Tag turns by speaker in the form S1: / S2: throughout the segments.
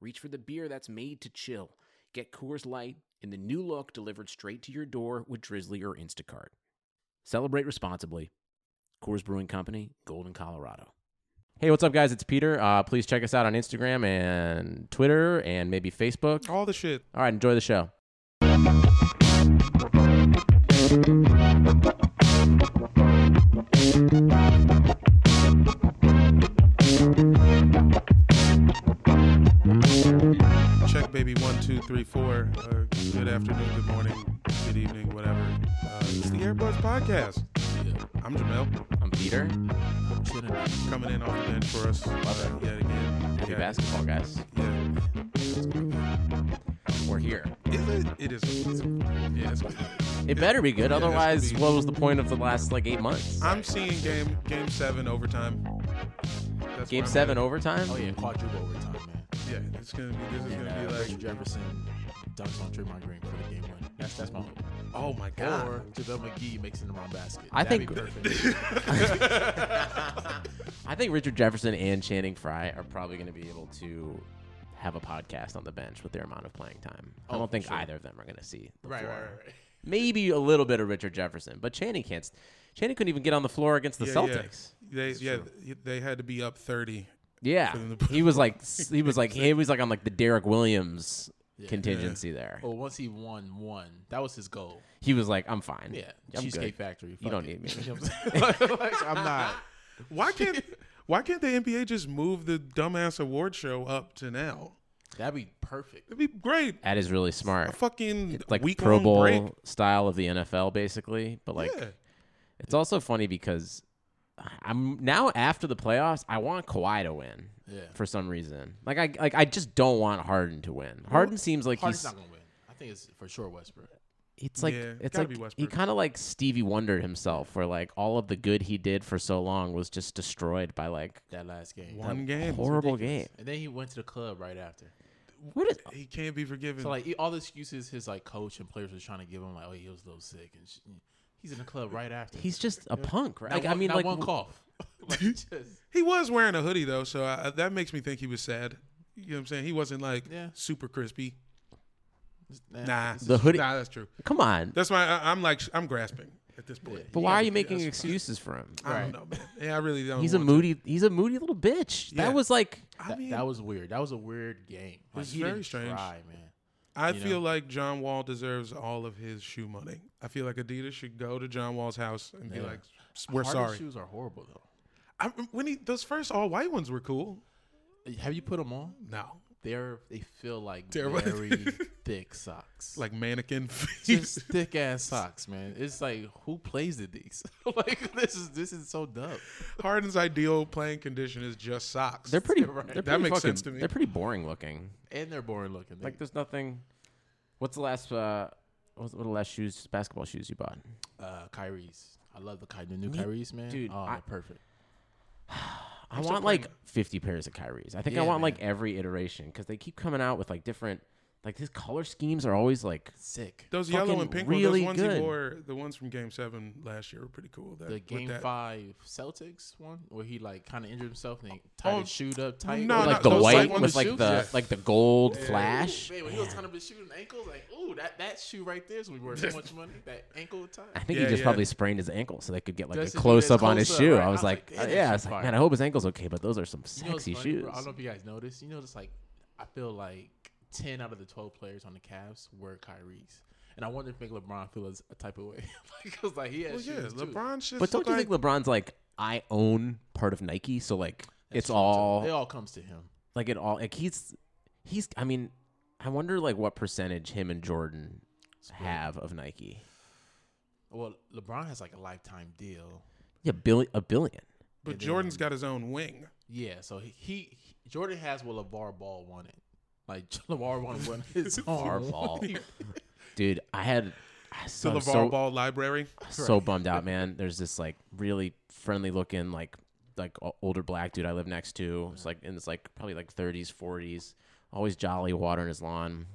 S1: reach for the beer that's made to chill. Get Coors Light in the new look delivered straight to your door with Drizzly or Instacart. Celebrate responsibly. Coors Brewing Company, Golden, Colorado.
S2: Hey, what's up, guys? It's Peter. Uh, please check us out on Instagram and Twitter and maybe Facebook.
S3: All the shit.
S2: All right, enjoy the show.
S3: Check baby one, two, three, four. Uh, good afternoon, good morning, good evening, whatever. Uh, it's the Airbuds Podcast. I'm Jamel,
S2: I'm Peter.
S3: coming in off the bench for us. Love it. Yet again.
S2: Happy
S3: Yeah,
S2: basketball, guys.
S3: Yeah.
S2: We're here.
S3: Is it? It is. it's- Yeah, it's-
S2: It better be good.
S3: Yeah,
S2: Otherwise,
S3: it's gonna
S2: what was the point of the last like eight months?
S3: I'm seeing game game seven overtime. That's
S2: Game
S3: where I'm
S2: seven
S3: at.
S2: overtime.
S4: Oh yeah, quadruple overtime, man.
S3: Yeah, it's gonna be. This is
S4: And,
S3: gonna
S4: uh,
S3: be
S4: Richard
S3: like.
S4: Jefferson dunks on Draymond Green for the game win. That's that's my hope.
S3: Oh my
S4: Or
S3: god.
S4: JaVale McGee makes it in the wrong basket.
S2: I
S4: That'd
S2: think-
S4: be perfect.
S2: I think Richard Jefferson and Channing Frye are probably going to be able to have a podcast on the bench with their amount of playing time. I
S4: Oh,
S2: don't think
S4: sure.
S2: either of them are going to see the
S4: right, right,
S2: floor.
S4: right, right.
S2: Maybe a little bit of Richard Jefferson, but Channing can't. Channing couldn't even get on the floor against the
S3: Yeah,
S2: Celtics.
S3: Yeah. They yeah they had to be up thirty.
S2: Yeah,
S3: For them to put
S2: he was like he was like he was like on like the Derek Williams
S4: Yeah. Oh.
S2: contingency there.
S4: Well, once he won one, that was his goal.
S2: He was like, I'm fine.
S4: Yeah,
S2: I'm
S4: Cheesecake
S2: good.
S4: Factory.
S2: You
S4: fuck
S2: don't need
S4: it.
S2: me.
S4: You know what I'm saying? Like, I'm not.
S3: Why can't Why can't the NBA just move the dumbass award show up to now?
S4: That'd be perfect.
S3: It'd be great.
S2: That is really
S3: A
S2: smart.
S3: fucking
S2: Like
S3: week
S2: Pro Bowl
S3: break.
S2: style of the NFL, basically. But like,
S3: yeah.
S2: it's also funny because I'm now after the playoffs, I want Kawhi to win
S4: Yeah.
S2: for some reason. Like I like I just don't want Harden to win. Harden seems like
S4: Harden's
S2: he's
S4: not gonna win. I think it's for sure Westbrook.
S2: it's like
S3: Yeah,
S2: it's
S3: gotta
S2: like
S3: be
S2: he
S3: Westbrook.
S2: kind of like Stevie Wonder himself, where like all of the good he did for so long was just destroyed by like
S4: That last game.
S3: One game.
S2: horrible game.
S4: And then he went to the club right after.
S2: What is
S3: He can't be forgiven.
S4: So like e- all the excuses his like coach and players were trying to give him, like, oh he was a little sick and sh- he's in the club right after.
S2: he's just a punk, right?
S4: Not
S2: Like, I
S4: one-
S2: mean,
S4: not
S2: like
S4: one
S2: w-
S4: cough. like, just,
S3: he was wearing a hoodie though, so I, that makes me think he was sad. You know what I'm saying? He wasn't like
S4: Yeah.
S3: super crispy.
S4: just-
S3: Nah,
S4: it's
S2: The
S4: just-
S2: hoodie-
S3: Nah, that's true.
S2: come on.
S3: That's why I, I'm like I'm grasping at this point.
S4: Yeah.
S2: But why are
S3: gotta
S2: you
S3: be-
S2: making
S3: that's-
S2: excuses for him?
S3: I don't know, man. Yeah, I really don't.
S2: He's a
S3: want
S2: moody. He's a moody little bitch.
S3: Yeah.
S2: That was like
S3: To. I
S4: That,
S3: mean,
S4: that was weird. That was a weird game. Like,
S3: was
S4: he
S3: very
S4: didn't
S3: strange.
S4: Try, man.
S3: I
S4: you
S3: feel
S4: know?
S3: like John Wall deserves all of his shoe money. I feel like Adidas should go to John Wall's house and be
S4: Yeah.
S3: like, "We're
S4: Harden's
S3: sorry."
S4: Shoes are horrible though.
S3: I, when he those first all white ones were cool.
S4: Have you put them on?
S3: No,
S4: They're they feel like
S3: Terrible.
S4: very thick socks.
S3: like mannequin feet.
S4: just thick ass socks, man. It's like who plays with these? like this is this is so dumb.
S3: Harden's ideal playing condition is just socks.
S2: they're pretty.
S4: You're right.
S2: They're
S3: That
S2: pretty
S3: makes
S2: fucking-
S3: sense to me.
S2: They're pretty boring looking.
S4: And they're boring looking. They-
S2: Like there's nothing. What's the last? Uh, what was- what are the last shoes? Basketball shoes you bought?
S4: uh Kyrie's. I love the, Ky- the new Kyrie's, man.
S2: dude,
S4: oh,
S2: I-
S4: they're perfect.
S2: I
S3: still
S2: want
S3: playing
S2: like 50 pairs of Kyrie's. I think I
S4: Yeah,
S2: want
S4: man.
S2: like every iteration because they keep coming out with like different. Like his color schemes are always like.
S4: Sick.
S3: those yellow
S2: fucking
S3: and pink
S2: really
S3: ones. Those ones
S2: good.
S3: he wore, the ones from Game Seven last year, were pretty cool. That,
S4: The
S3: with
S4: game
S3: that-
S4: five Celtics one where he like kind of injured himself and he tied
S3: Oh,
S4: his shoe up
S3: no,
S4: tight. Ooh,
S3: no,
S2: like
S4: like,
S2: the
S3: those light
S2: white
S3: ones
S2: with
S3: with
S2: like
S3: shoes?
S2: the
S3: Yeah.
S2: like the gold flash.
S4: man, when he was kind of been shooting ankles, like, ooh, that, that shoe right there is worth so much money. That ankle
S2: I
S4: tie.
S2: think he
S3: Yeah,
S2: just
S3: yeah.
S2: probably sprained his ankle so they could get like
S4: Just
S2: a
S4: to do
S2: close
S4: this
S2: up on his
S4: close-up,
S2: shoe.
S4: right?
S2: I was like,
S4: "Damn, that
S2: yeah, I
S4: shit's
S2: was like,
S4: fire."
S2: man, I hope his ankle's okay, but those are some
S4: You know what's
S2: sexy
S4: funny,
S2: shoes.
S4: bro? I don't know if you guys noticed. You know, it's like I feel like ten out of the twelve players on the Cavs were Kyrie's, and I wonder if make LeBron feel as a type of way because like he has
S3: Well, yeah,
S4: shoes too.
S3: LeBron should.
S2: But don't you
S3: like,
S2: think LeBron's like I own part of Nike, so like
S4: That's
S2: it's
S4: true, too.
S2: all
S4: it all comes to him.
S2: like it all like he's he's I mean I wonder like what percentage him and Jordan have of Nike.
S4: Well, LeBron has like a lifetime deal.
S2: Yeah, billion a billion.
S3: But Jordan's got his own wing.
S4: Yeah, so he, he Jordan has what LeVar Ball wanted. Like Levar wanted one his
S2: Our
S4: arm.
S2: ball. Dude, I had. I Uh,
S3: To
S2: so,
S3: LeVar
S2: so,
S3: Ball Library.
S2: so bummed out, man. There's this like really friendly looking like like o- older black dude I live next to. It's like and it's like probably like 30s, 40s. Always jolly watering his lawn.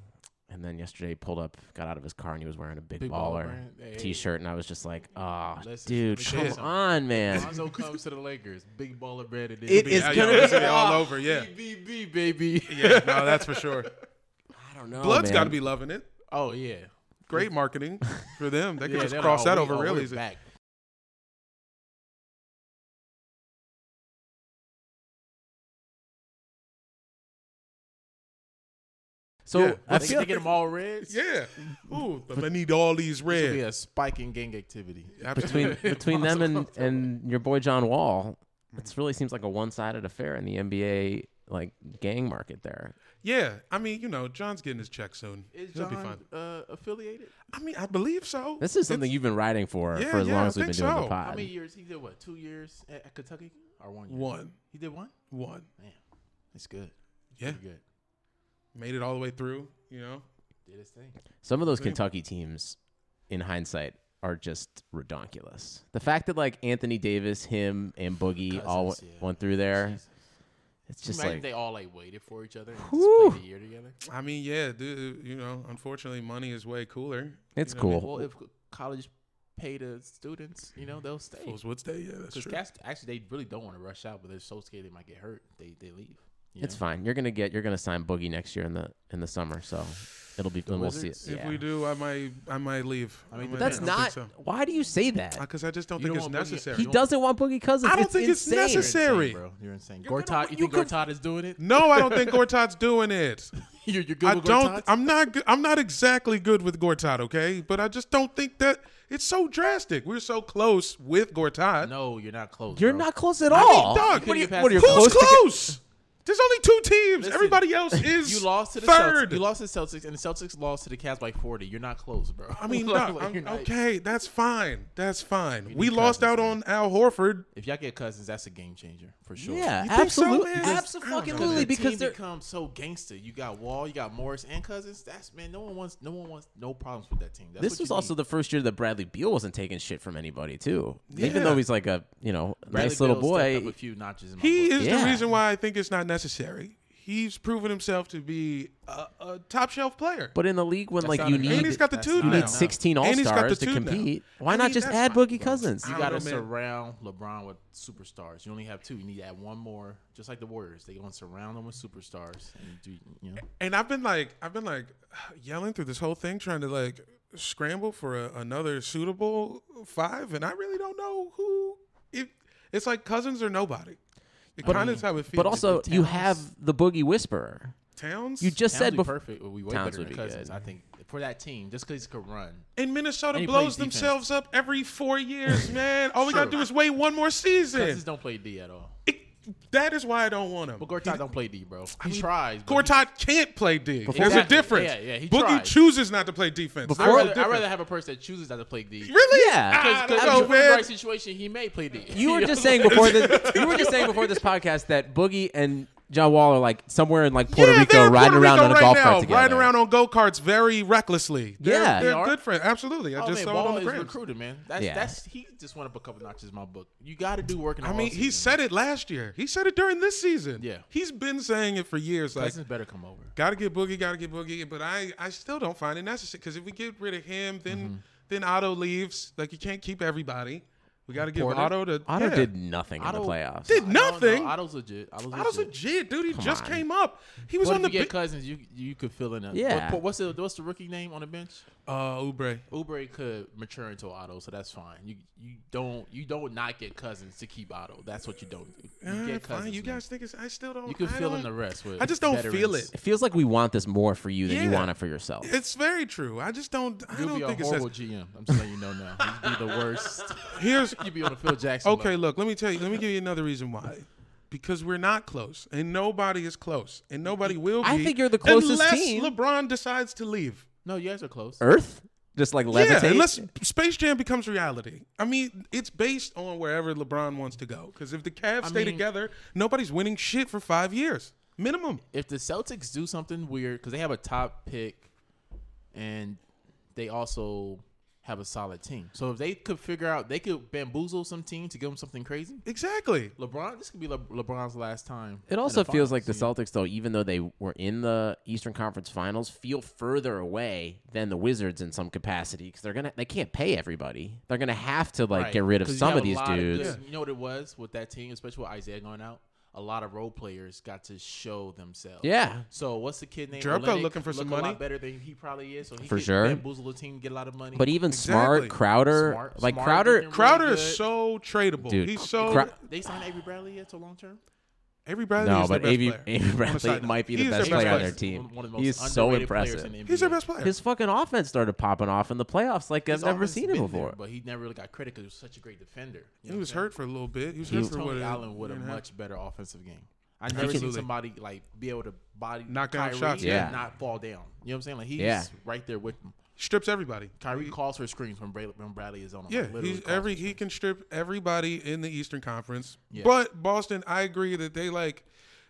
S2: And then yesterday he pulled up, got out of his car, and he was wearing a big,
S4: Big baller
S2: baller
S4: brand. Hey.
S2: t-shirt, and I was just like, "Ah,
S4: Listen,
S2: dude,
S4: let me tell you
S2: come
S4: something.
S2: on, man!
S4: Lonzo comes to the Lakers. Big ball of bread. It is.
S2: It
S4: big-
S2: is
S3: Yeah,
S2: gonna
S3: yeah,
S2: be- Oh.
S3: it's gonna all over. Yeah,
S4: BBB, baby.
S3: yeah. No, that's for sure.
S2: I don't know,
S3: Blood's
S2: Oh, man.
S3: got to be loving it.
S4: Oh yeah.
S3: Great marketing for them. They can
S4: Yeah,
S3: just
S4: they're
S3: cross
S4: like,
S3: that
S4: oh,
S3: over
S4: we- oh,
S3: real
S4: we're
S3: easy.
S4: back.
S2: So
S3: Yeah.
S2: I
S4: I think
S2: feel
S4: they get them all reds.
S3: Yeah. Ooh, but I need all these
S4: This will be
S3: red.
S4: a spike in gang activity.
S2: between between them and
S4: Lonzo
S2: and your boy John Wall,
S3: Mm-hmm.
S2: it really seems like a one-sided affair in the NBA like gang market there.
S3: Yeah, I mean, you know, John's getting his check soon.
S4: Is
S3: He'll be
S4: John
S3: fine.
S4: uh, affiliated?
S3: I mean, I believe so.
S2: This is something you've been riding for
S3: Yeah,
S2: for as
S3: yeah,
S2: long
S3: I
S2: as we've been
S3: think
S2: doing the
S3: so.
S2: pod.
S4: How many years? He did what? Two years at, at Kentucky or one? Year?
S3: One,
S4: He did one.
S3: one.
S4: Man, that's good.
S3: Yeah,
S4: Pretty good.
S3: made it all the way through. You know,
S4: Did his thing.
S2: Some of those Kentucky teams, in hindsight, are just redonkulous. The fact that like Anthony Davis, him, and Boogie all went,
S4: Cousins, yeah.
S2: went through there,
S4: Jesus.
S2: it's just
S4: Imagine
S2: like
S4: they all like waited for each other and just
S2: Whew.
S4: played a year together.
S3: I mean, yeah, dude. You know, unfortunately, money is way cooler.
S2: it's
S3: you know what I
S2: cool.
S4: Well, if college pay the students, you know they'll stay.
S3: Fools would stay. Yeah, that's
S4: Because
S3: true.
S4: cats actually they really don't want to rush out, but they're so scared they might get hurt. They they leave. you
S2: It's
S4: know?
S2: fine. You're gonna get you're gonna sign Boogie next year in the in the summer, so it'll be then we'll see it.
S4: Wizards?
S3: If
S2: Yeah.
S3: we do, I might, I might leave.
S4: I mean,
S3: might-
S2: That's
S3: I don't
S2: not.
S3: think so.
S2: Why do you say that?
S3: because I just don't
S4: You
S3: think
S4: don't
S3: it's
S4: want Boogie-
S3: necessary.
S2: He doesn't want Boogie Cousins.
S3: I don't think it's
S2: insane.
S4: You're insane,
S3: necessary.
S4: bro. You're insane.
S2: You're
S4: Gortat,
S2: gonna-
S4: you
S2: you
S4: think
S2: could-
S4: Gortat is doing it?
S3: No, I don't think Gortat's doing it.
S4: you you
S3: I
S4: Google
S3: don't.
S4: Gortat?
S3: I'm not. g- I'm not exactly good with Gortat, okay? But I just don't think that it's so drastic. We're so close with Gortat.
S4: No, you're not close.
S2: You're
S4: bro.
S2: not close at
S3: I mean,
S2: all.
S3: dog,
S4: You couldn't get past
S2: what are you
S4: the-
S3: who's
S2: close?
S3: close?
S2: to
S3: There's only two teams.
S4: Listen,
S3: Everybody else is
S4: You lost to the
S3: third.
S4: Celtics. You lost to the Celtics, and the Celtics lost to the Cavs by 40. You're not close, bro.
S3: I mean,
S4: Like,
S3: dog,
S4: like,
S3: I'm-
S4: you're not-
S3: okay, that's fine. That's fine. We
S4: need
S3: lost out
S4: Cousins,
S3: on Al Horford.
S4: If y'all get cousins, that's a game changer for
S2: get-
S4: sure.
S2: yeah,
S3: You think so,
S2: absolutely,
S3: man?
S4: Because
S2: absolutely,
S4: the
S2: because
S4: team
S2: they're
S4: become so gangster. You got Wall, you got Morris, and Cousins. That's man. No one wants. No one wants. No problems with that team. That's
S2: This
S4: what
S2: was
S4: you
S2: also
S4: need.
S2: the first year that Bradley Beal wasn't taking shit from anybody too.
S3: Yeah.
S2: Even though he's like a you know
S4: Bradley
S2: nice little
S4: Beal stepped Up
S2: boy,
S4: a few notches. In my
S3: He
S4: book.
S3: is
S2: Yeah.
S3: the reason why I think it's not necessary. He's proven himself to be a, a top shelf player.
S2: but in the league when
S4: That's
S2: like
S4: not
S2: you
S4: enough.
S2: need
S3: and he's got the
S4: that's
S3: two
S4: not
S2: you
S3: now.
S2: need 16 All
S3: And he's got
S2: Stars to
S3: the two now.
S2: compete, why
S3: I
S2: not
S3: mean,
S2: just
S3: that's
S2: add
S3: fine,
S2: Boogie Cousins?
S4: You
S3: I
S4: got to
S3: don't know, man.
S4: surround LeBron with superstars. You only have two. You need to add one more, just like the Warriors. They going to surround them with superstars. And do, you know,
S3: and I've been like, I've been like yelling through this whole thing, trying to like scramble for a, another suitable five, and I really don't know who. It, it's like cousins or nobody. It kind of is how it feels.
S2: But also you
S4: Towns-
S2: have the Boogie Whisperer.
S3: Towns.
S2: You just
S4: Towns
S2: said
S4: be
S2: before.
S4: perfect. Would be way
S2: Towns
S4: better
S2: would
S4: than
S2: be
S4: Cousins.
S2: good.
S4: I think for that team, just because he could run.
S3: and Minnesota
S4: and he
S3: blows
S4: plays defense.
S3: themselves up every four years, man. All we gotta
S4: Sure.
S3: do is wait one more season.
S4: Cousins don't play D at all.
S3: It- that is why I don't want him.
S4: But Gortat don't play D, bro. He tries. but he-
S3: Gortat can't play D. There's a
S4: Exactly.
S3: difference.
S4: Yeah, yeah, he
S3: Boogie
S4: tried.
S3: chooses not to play defense.
S4: I'd
S2: Before-
S3: There's a
S4: rather, I'd
S3: difference.
S4: rather have a person that chooses not to play D.
S3: really? Ah,
S2: Yeah.
S3: I don't
S4: Because in
S3: know,
S4: the right
S3: man.
S4: situation, he may play D.
S2: You were just saying before this. You were just saying before this podcast that Boogie and John Wall are like somewhere in like Puerto
S3: Yeah,
S2: Rico
S3: they're in
S2: riding
S3: Puerto
S2: around
S3: Rico
S2: on a
S3: right
S2: golf
S3: now,
S2: cart together.
S3: Riding around on go karts very recklessly. They're,
S2: Yeah.
S3: they're
S4: They are?
S3: good friends. Absolutely. I
S4: Oh
S3: just
S4: man,
S3: saw it on
S4: Ball
S3: the
S4: is
S3: Grams.
S4: recruiting, man. That's
S2: Yeah.
S4: that's he just went up a couple notches in my book. You got to do work in the
S3: I mean,
S4: offseason,
S3: he said it last year. He said it during this season.
S4: Yeah.
S3: He's been saying it for years. Like,
S4: Cousins better come over.
S3: gotta get boogie, gotta get boogie. But I, I still don't find it necessary because if we get rid of him, then
S4: Mm-hmm.
S3: then Otto leaves. Like, you can't keep everybody. We gotta give
S4: Porter?
S3: Otto to.
S2: Otto
S3: yeah.
S2: did nothing in
S4: Otto
S2: the playoffs.
S3: Did
S4: I don't
S3: nothing.
S4: know. Otto's legit. Otto's legit.
S3: Otto's legit, dude. He just
S2: on.
S3: came up. He was
S4: But
S3: on
S4: if
S3: the.
S4: you get
S3: Big,
S4: Cousins, you you could fill in. A,
S2: Yeah.
S4: what- what's the what's the rookie name on the bench?
S3: uh, Ubre.
S4: Ubre could mature into Otto, so that's fine. You you don't you don't not get Cousins to keep Otto. That's what you don't do. You
S3: Uh,
S4: get
S3: fine.
S4: Cousins.
S3: you
S4: man.
S3: guys think it's? I still don't.
S4: you can
S3: I
S4: fill in
S3: don't-
S4: the rest with.
S3: I just don't feel
S4: veterans.
S2: It feels like we want this more for you than you
S3: Yeah.
S2: want it for yourself.
S3: It's very true. I just don't. I
S4: You'll
S3: don't
S4: be a
S3: think it's.
S4: horrible
S3: That,
S4: GM. I'm just letting you know now. You'd be the worst.
S3: here's
S4: You'd be on the Phil Jackson.
S3: okay.
S4: level.
S3: Look, let me tell you. Let me give you another reason why. Because we're not close, and nobody is close, and nobody will be.
S2: I think you're the closest
S3: unless
S2: team.
S3: LeBron decides to leave.
S4: No, you guys are close.
S2: Earth just like levitate.
S3: Yeah, unless Space Jam becomes reality. I mean, it's based on wherever LeBron wants to go. Because if the Cavs
S4: I
S3: stay
S4: mean-
S3: together, nobody's winning shit for five years. Minimum.
S4: if the Celtics do something weird because they have a top pick and they also have a solid team. So if they could figure out, they could bamboozle some team to give them something crazy.
S3: Exactly.
S4: LeBron, this could be Le- LeBron's last time. in
S2: It also feels like the
S4: finals, you know?
S2: Celtics, though, even though they were in the Eastern Conference Finals, feel further away than the Wizards in some capacity because they're gonna they can't pay everybody. They're gonna have to like
S4: Right,
S2: get rid of
S4: 'cause you
S2: some
S4: have
S2: of
S4: a
S2: these
S4: lot
S2: dudes.
S4: good- you know what it was with that team, especially with Isaiah going out. A lot of role players got to show themselves.
S2: yeah,
S4: So what's the kid name?
S3: Jerko
S4: Olynyk
S3: looking for some
S4: look a
S3: money?
S4: lot better than he probably is. So he
S2: For
S4: could
S2: sure.
S4: bamboozle a team, get a lot of money.
S2: but even
S3: Exactly.
S2: Smart Crowder,
S4: Smart-
S2: like
S4: Smart
S2: Crowder,
S4: looking
S3: Crowder
S4: really
S3: is
S4: good.
S3: so tradable.
S2: Dude,
S3: He's so
S2: Crow-
S4: they signed Avery Bradley yet to long term.
S3: Avery Bradley.
S2: no,
S3: is
S2: but
S3: their best
S2: Avery,
S3: player.
S2: Avery
S3: On the
S2: Bradley
S3: side note.
S2: might be the
S3: He's
S2: best,
S3: their
S2: player on
S3: player.
S2: their team.
S4: One- one of the
S2: He is
S4: most
S2: so
S4: underrated players
S2: impressive.
S4: in the
S3: He's their
S4: NBA.
S3: best player.
S2: His fucking offense started popping off in the playoffs like
S4: He's
S2: I've never
S4: always
S2: seen it
S4: been there,
S2: before.
S4: but he never really got credit because he was such a great defender. You
S3: he
S4: know what
S3: was
S4: I'm saying?
S3: hurt for a little bit. He was
S2: He
S3: hurt
S2: was-
S3: for what?
S4: Tony
S3: a
S4: Allen with a
S3: year and half.
S4: much better offensive game. I never seen
S3: Absolutely.
S4: somebody like be able to body
S3: Knock down
S4: Kyrie
S3: shots,
S4: and
S2: yeah.
S4: not fall down. You know what I'm saying? Like he's
S2: Yeah.
S4: right there with him.
S3: strips everybody.
S4: Kyrie calls for screens when Bradley, when Bradley is on him.
S3: Yeah,
S4: like, literally
S3: he's
S4: calls
S3: every
S4: for
S3: he can strip everybody in the Eastern Conference.
S4: Yeah.
S3: But Boston, I agree that they like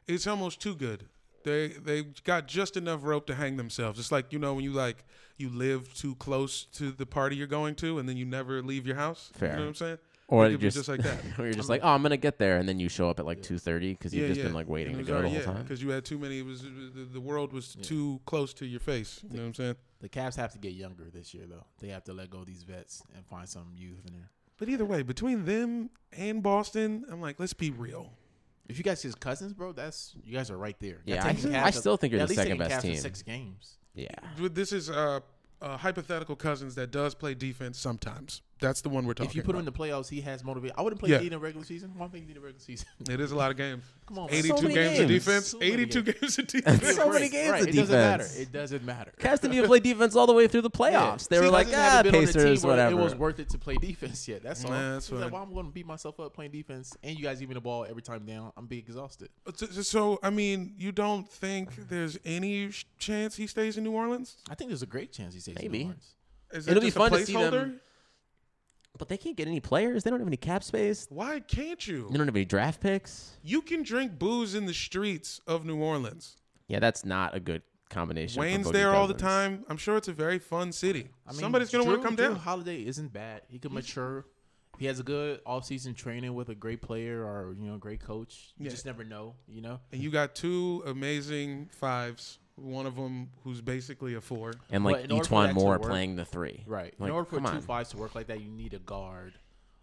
S3: it's almost too good. They they got just enough rope to hang themselves. It's like you know when you like you live too close to the party you're going to, and then you never leave your house.
S2: Fair.
S3: You know what I'm saying?
S2: or
S3: It could be
S2: just,
S3: just like that.
S2: or you're just like, oh, I'm gonna get there, and then you show up at like two thirty because you've just been like waiting to go the whole time.
S3: because you had too many. It was the, the world was too close to your face. You know what I'm saying?
S4: The Cavs have to get younger this year, though. They have to let go of these vets and find some youth in there.
S3: But either way, between them and Boston, I'm like, let's be real.
S4: If you guys his cousins, bro, that's you guys are right there.
S2: Yeah,
S4: Y'all taking
S2: I-
S4: Cavs
S2: I
S4: to-
S2: still think you're
S4: y'all
S2: the
S4: at least
S2: second
S4: taking
S2: best
S4: Cavs to
S2: team.
S4: Six games.
S2: Yeah,
S3: This is uh, uh, hypothetical cousins that does play defense sometimes. That's the one we're talking.
S4: if you put him in
S3: about.
S4: the playoffs, he has motivation. I wouldn't play
S3: Yeah.
S4: D in the regular season. Why play D in the regular season?
S3: it is a lot of games.
S4: Come on, man.
S3: 82
S2: many
S3: games, of
S2: games.
S3: defense.
S4: So many
S3: 82 games. of
S2: That's
S3: defense.
S2: so many games of
S4: It doesn't matter.
S2: defense.
S4: It doesn't matter.
S2: Cavs didn't even play defense all the way through the
S4: Yeah.
S2: playoffs. They
S4: See,
S2: were
S4: he
S2: like,
S4: doesn't
S2: ah,
S4: have been on a
S2: Pacers,
S4: team where
S2: whatever.
S4: It was worth it to play defense yet. That's all.
S3: Nah, that's
S4: He's
S3: fine.
S4: like, why I'm going to beat myself up playing defense and you guys even the ball every time down. I'm be exhausted.
S3: So- so- So I mean, you don't think there's any sh- chance he stays in New Orleans?
S4: I think there's a great chance he stays. in
S2: Maybe.
S4: New Orleans.
S3: Is
S2: It'll
S3: it
S2: be
S3: just a
S2: fun to see them-
S3: placeholder?
S2: but they can't get any players. They don't have any cap space.
S3: Why can't you?
S2: They don't have any draft picks.
S3: You can drink booze in the streets of New Orleans.
S2: Yeah, that's not a good combination. for
S3: Wayne's
S2: Boogie
S3: there all the
S2: Cousins.
S3: time. I'm sure it's a very fun city.
S4: I mean,
S3: Somebody's gonna want to
S4: Drew-
S3: come
S4: Drew
S3: down.
S4: Holiday isn't bad. He could mature. If he has a good offseason training with a great player or you know great coach, you
S3: Yeah.
S4: just never know. You know,
S3: And you got two amazing fives. One of them who's basically a four.
S2: And
S4: But
S2: like
S4: in order for that
S2: Etwan
S4: to
S2: Moore
S4: work-
S2: playing the three.
S4: right?
S2: Like,
S4: in order for
S2: come
S4: two
S2: on.
S4: fives to work like that, you need a guard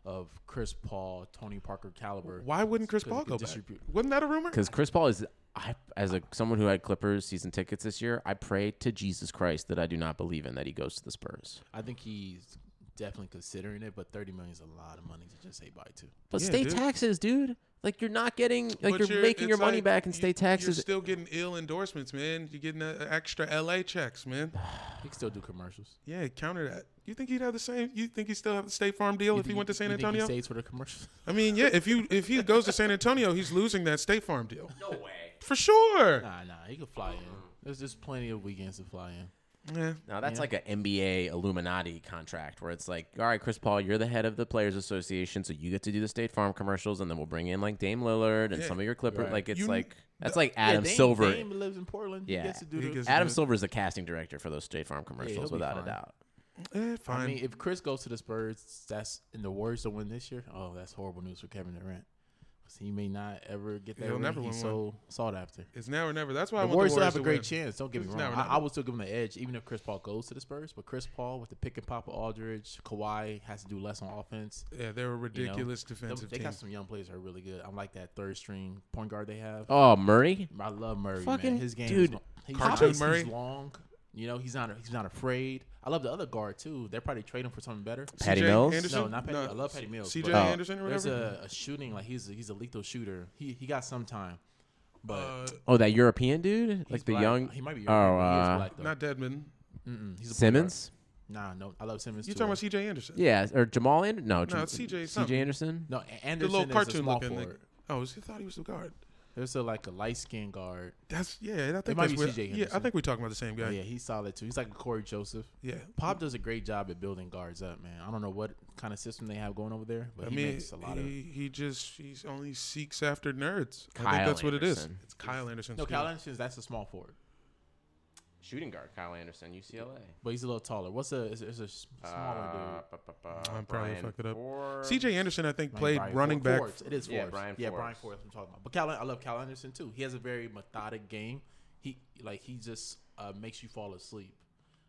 S4: of Chris Paul, Tony Parker caliber.
S3: Why wouldn't Chris
S4: 'Cause he
S3: Paul
S4: could
S3: go back?
S4: distribute.
S3: Wasn't that a rumor?
S2: Because Chris Paul is, I, as a someone who had Clippers season tickets this year, I pray to Jesus Christ that I do not believe in that he goes to the Spurs.
S4: I think he's definitely considering it, but thirty million is a lot of money to just say bye to.
S2: But
S3: Yeah,
S2: state
S3: dude.
S2: taxes, dude. Like you're not getting, like
S3: But
S2: you're, making
S3: it's
S2: your money
S3: like
S2: back in
S3: you-
S2: state
S3: You're
S2: taxes.
S3: still getting ill endorsements, man. You're getting uh, extra LA checks, man.
S4: He can still do commercials.
S3: Yeah, counter that. You think he'd have the same? You think he still have the State Farm deal
S4: You
S3: if he
S4: think-
S3: went to San
S4: you think
S3: Antonio?
S4: he stays for the commercials.
S3: I mean, yeah. If you if he goes to San Antonio, he's losing that State Farm deal. No way. For sure.
S4: Nah, nah, he could fly in. There's just plenty of weekends to fly in.
S3: Yeah.
S2: Now that's
S4: Yeah.
S2: like an NBA Illuminati contract where it's like, all right, Chris Paul, you're the head of the Players Association, so you get to do the State Farm commercials, and then we'll bring in like Dame Lillard and
S3: Yeah.
S2: some of your Clippers.
S4: Right.
S2: Like it's
S3: You-
S2: like that's like Adam
S4: yeah, Dame-
S2: Silver.
S4: Dame lives in Portland.
S2: Yeah.
S4: He gets to do
S3: He
S4: the-
S3: gets-
S2: Adam Silver is the casting director for those State Farm
S4: he'll
S2: commercials,
S4: be
S2: without a
S4: fine.
S2: doubt.
S3: Eh, fine.
S4: I mean, if Chris goes to the Spurs, that's and the Warriors to win this year. Oh, that's horrible news for Kevin Durant. 'Cause he may not ever get that.
S3: He'll
S4: ring
S3: never
S4: he's
S3: win
S4: so sought after.
S3: it's now or never. That's why I
S4: The
S3: want the
S4: Warriors still
S3: Warriors
S4: have a
S3: to
S4: great
S3: win.
S4: chance. Don't get me
S3: It's
S4: wrong.
S3: never
S4: I, I
S3: happened.
S4: would still give him the edge, even if Chris Paul goes to the Spurs. But Chris Paul with the pick and pop of Aldridge, Kawhi has to do less on offense.
S3: Yeah, they're a
S4: you know.
S3: ridiculous
S4: Them-
S3: defensive
S4: they
S3: team.
S4: got some young players that are really good. I'm like that third string point guard they have.
S2: Oh, Murray.
S4: I love Murray.
S2: Fucking
S4: man. his game,
S2: dude,
S4: Is, lo- he's,
S3: Cartoon
S4: nice,
S3: Murray.
S4: He's long. You know, he's not. He's not afraid. I love the other guard too. They're probably trading for something better.
S2: Patty
S3: CJ
S2: Mills?
S3: Anderson?
S4: No, not Patty. I love Patty Mills.
S3: CJ
S4: but
S2: Oh.
S3: Anderson or
S4: There's
S3: whatever.
S4: a, a shooting. Like he's a, he's a lethal shooter. He he got some time, but
S3: Uh,
S2: Oh, that European dude,
S4: he's
S2: like the
S4: black.
S2: young
S4: He might be.
S2: Oh,
S4: Oh,
S2: uh,
S4: he is black though.
S3: not Deadman.
S4: Mm-mm, he's a point
S2: Simmons.
S4: guard. Nah, no, I love Simmons.
S3: You
S4: too.
S3: talking about C.J. Anderson?
S2: Yeah, or Jamal Anderson. No, Jam-
S3: it's CJ
S2: CJ
S3: something.
S2: Anderson.
S4: No, A-
S3: the
S4: Anderson
S3: little
S4: is a
S3: cartoon
S4: small
S3: looking.
S4: forward.
S3: Thing. Oh, is- I thought he was the guard.
S4: There's a like a light skinned guard.
S3: That's yeah. I think
S4: might
S3: that's
S4: be
S3: where-
S4: CJ
S3: Yeah, I
S4: Henderson.
S3: think we're talking about the same
S4: Yeah.
S3: guy. Yeah,
S4: he's solid too. He's like a Corey Joseph. Pop does a great job at building guards up, man. I don't know what kind of system they have going over there, but
S3: I
S4: he
S3: mean,
S4: makes a lot
S3: he,
S4: of.
S3: he just he only seeks after nerds. I
S2: Kyle
S3: think that's what it is.
S2: Anderson.
S3: It's Kyle Anderson.
S4: No,
S3: excuse
S4: Kyle
S3: me.
S4: Anderson, that's a small forward,
S2: Shooting guard Kyle Anderson, UCLA.
S4: but he's a little taller. What's a? It's, it's a s- smaller
S2: Uh,
S4: dude.
S2: ba- ba- ba-
S3: I'm probably
S2: Brian
S3: fucked it up.
S2: Forbes.
S3: CJ Anderson, I think,
S4: Like
S3: played
S4: Brian
S3: running
S4: Ford-
S3: back.
S4: Forbes. It is
S2: Yeah,
S4: Forbes.
S2: Brian
S4: Yeah,
S2: Forbes.
S4: Brian Forbes. I'm talking about. But Cal, I love Cal Anderson too. He has a very methodic game. He like he just uh, makes you fall asleep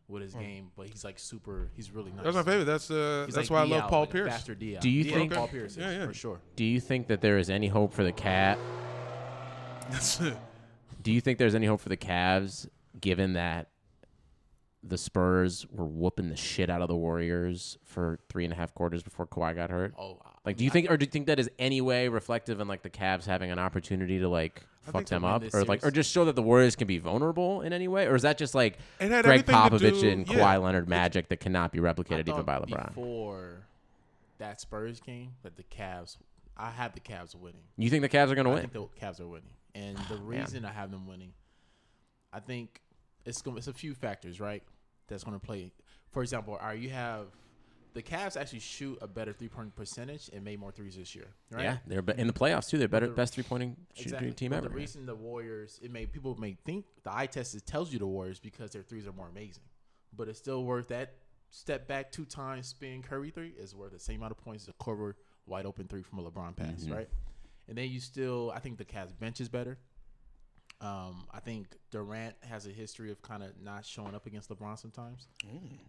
S4: with his game, but he's like super. He's really nice.
S3: Hmm. That's my favorite. That's uh,
S4: He's
S3: that's
S4: like
S3: why I love
S4: Diao,
S3: Paul
S4: like a
S3: Pierce.
S4: Faster Diao.
S2: Do you
S4: Diao
S2: think-
S4: Paul Pierce? Is,
S3: Yeah, yeah.
S4: for sure.
S2: Do you think that there is any hope for the cat?
S3: That's it.
S2: Do you think there's any hope for the Cavs, given that the Spurs were whooping the shit out of the Warriors for three and a half quarters before Kawhi got hurt?
S4: Oh, I-
S2: Like, do you think, or do you think that is any way reflective in like the Cavs having an opportunity to like fuck
S3: think they'll
S2: them
S4: win
S2: up,
S4: this
S2: or like, or
S4: series.
S2: just show that the Warriors can be vulnerable in any way, or is that just like
S3: It had
S2: Greg
S3: everything to
S2: Popovich
S3: do-
S2: and
S3: yeah.
S2: Kawhi Leonard magic that cannot be
S4: I
S2: replicated even
S4: thought
S2: by LeBron?
S4: Before that Spurs game, that the Cavs, I had the Cavs winning.
S2: you think the Cavs are going to
S4: I
S2: win?
S4: think the Cavs are winning, and the reason I have them winning, I think it's going it's a few factors, right? That's going to play. For example, are you have the Cavs actually shoot a better three point percentage and made more threes this year, right?
S2: Yeah, they're be- in the playoffs too. They're better,
S4: the-
S2: best three pointing shooting team
S4: But
S2: ever.
S4: The reason the Warriors, it may people may think the eye test is tells you the Warriors because their threes are more amazing, but it's still worth that step back two times spin Curry three is worth the same amount of points as a cover wide open three from a LeBron pass, right? And then you still, I think the Cavs bench is better. Um, I think Durant has a history of kind of not showing up against LeBron sometimes.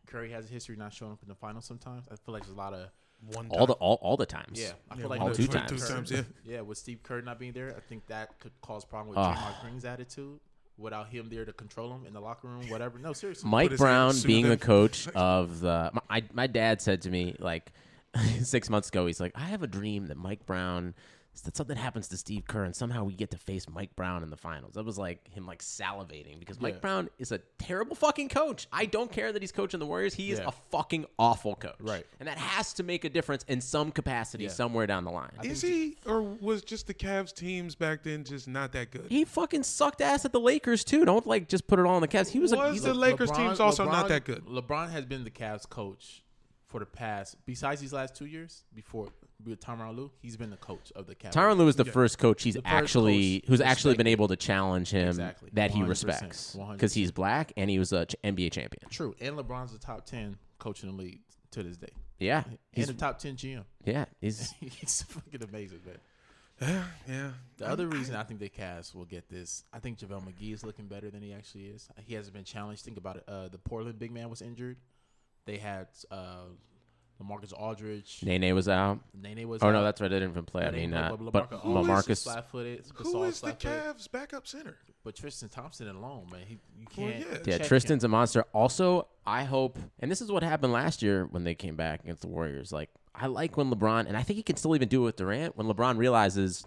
S4: Curry has a history of not showing up in the finals sometimes. I feel like there's a lot of
S3: One
S2: all the all, all the times.
S4: yeah. I feel
S3: Yeah,
S4: like
S3: all
S4: the-
S2: two
S4: Steve
S2: times.
S3: Two
S4: Kerr-
S3: times, yeah.
S4: yeah, with Steve Kerr not being there, I think that could cause problem with
S2: Ugh.
S4: Draymond Green's attitude without him there to control him in the locker room, whatever. No, seriously.
S3: Put
S2: Mike
S3: his hand
S2: Brown
S3: suit
S2: being
S3: in.
S2: the coach of the my, I, my dad said to me like six months ago he's like I have a dream that Mike Brown that something happens to Steve Kerr and somehow we get to face Mike Brown in the finals. That was like him like salivating because Mike
S4: Yeah.
S2: Brown is a terrible fucking coach. I don't care that he's coaching the Warriors. He is
S4: Yeah.
S2: a fucking awful coach.
S4: Right.
S2: And that has to make a difference in some capacity
S4: Yeah.
S2: somewhere down the line.
S3: Is he or was just the Cavs teams back then just not that good?
S2: he fucking sucked ass at the Lakers too. Don't like just put it all on the Cavs. He was, a,
S3: Was
S2: he's a-
S3: the Lakers team's also not
S4: LeBron-
S3: that good.
S4: LeBron has been the Cavs coach for the past, besides these last two years, before with Tyronn Lue, he's been the coach of the Cavs.
S2: Tyron Lewis, the
S3: Yeah.
S2: first coach he's
S4: first
S2: actually
S4: coach
S2: who's actually been
S4: respected.
S2: able to challenge him
S4: Exactly.
S2: that he
S4: 100%,
S2: respects because he's black and he was a ch- NBA champion.
S4: True. And LeBron's the top 10 coach in the league to this day.
S2: Yeah,
S4: And
S2: he's
S4: the top 10 GM.
S2: yeah he's
S4: he's fucking amazing, man.
S3: Yeah, yeah.
S4: The other reason I think the Cavs will get this, I think JaVale McGee is looking better than he actually is. He hasn't been challenged. Think about it. Uh, the Portland big man was injured. They had uh, Lamarcus Aldridge.
S2: Nene was out.
S4: Nene was.
S2: Oh no,
S4: out.
S2: that's right. I didn't even play. I
S4: But they-
S2: mean, uh,
S4: but
S2: but
S4: Lamarcus Aldridge is
S2: Lamarcus.
S4: flat-footed.
S3: Who
S4: Gasol
S3: is the
S4: flat-footed.
S3: Cavs backup center?
S4: But Tristan Thompson alone, man, he you
S3: Well,
S4: can't.
S3: yeah.
S2: Yeah,
S4: check
S2: Tristan's
S4: him.
S2: a monster. Also, I hope, and this is what happened last year when they came back against the Warriors. Like, I like when LeBron, and I think he can still even do it with Durant, when LeBron realizes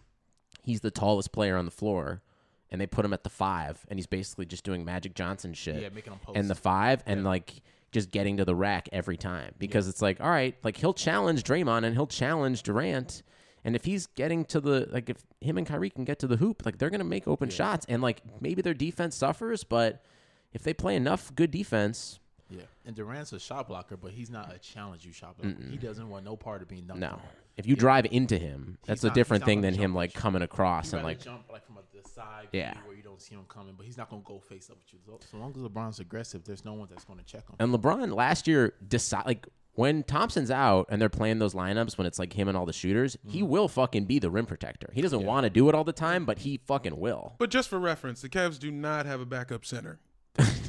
S2: he's the tallest player on the floor and they put him at the five, and he's basically just doing Magic Johnson shit.
S4: Yeah, making him post.
S2: and the five and like just getting to the rack every time because it's like all right like he'll challenge Draymond and he'll challenge Durant and if he's getting to the like if him and Kyrie can get to the hoop like they're going to make open shots and like maybe their defense suffers but if they play enough good defense
S4: yeah, and Durant's a shot blocker, but he's not a challenge you shot blocker. He doesn't want no part of being dunked
S2: no
S4: on.
S2: if you drive into him that's a
S4: not-
S2: different
S4: he's not
S2: thing
S4: gonna
S2: than him
S4: jump at
S2: like
S4: you.
S2: coming across
S4: You
S2: and like
S4: jump like from a, the side
S2: Yeah.
S4: view where you don't see him coming, but he's not gonna go face up with you. So- So long as LeBron's aggressive, there's no one that's gonna check him.
S2: And LeBron last year decide like when Thompson's out and they're playing those lineups when it's like him and all the shooters, he
S4: Mm-hmm.
S2: will fucking be the rim protector. He doesn't want to do it all the time, but he fucking will.
S3: But just for reference, the Cavs do not have a backup center.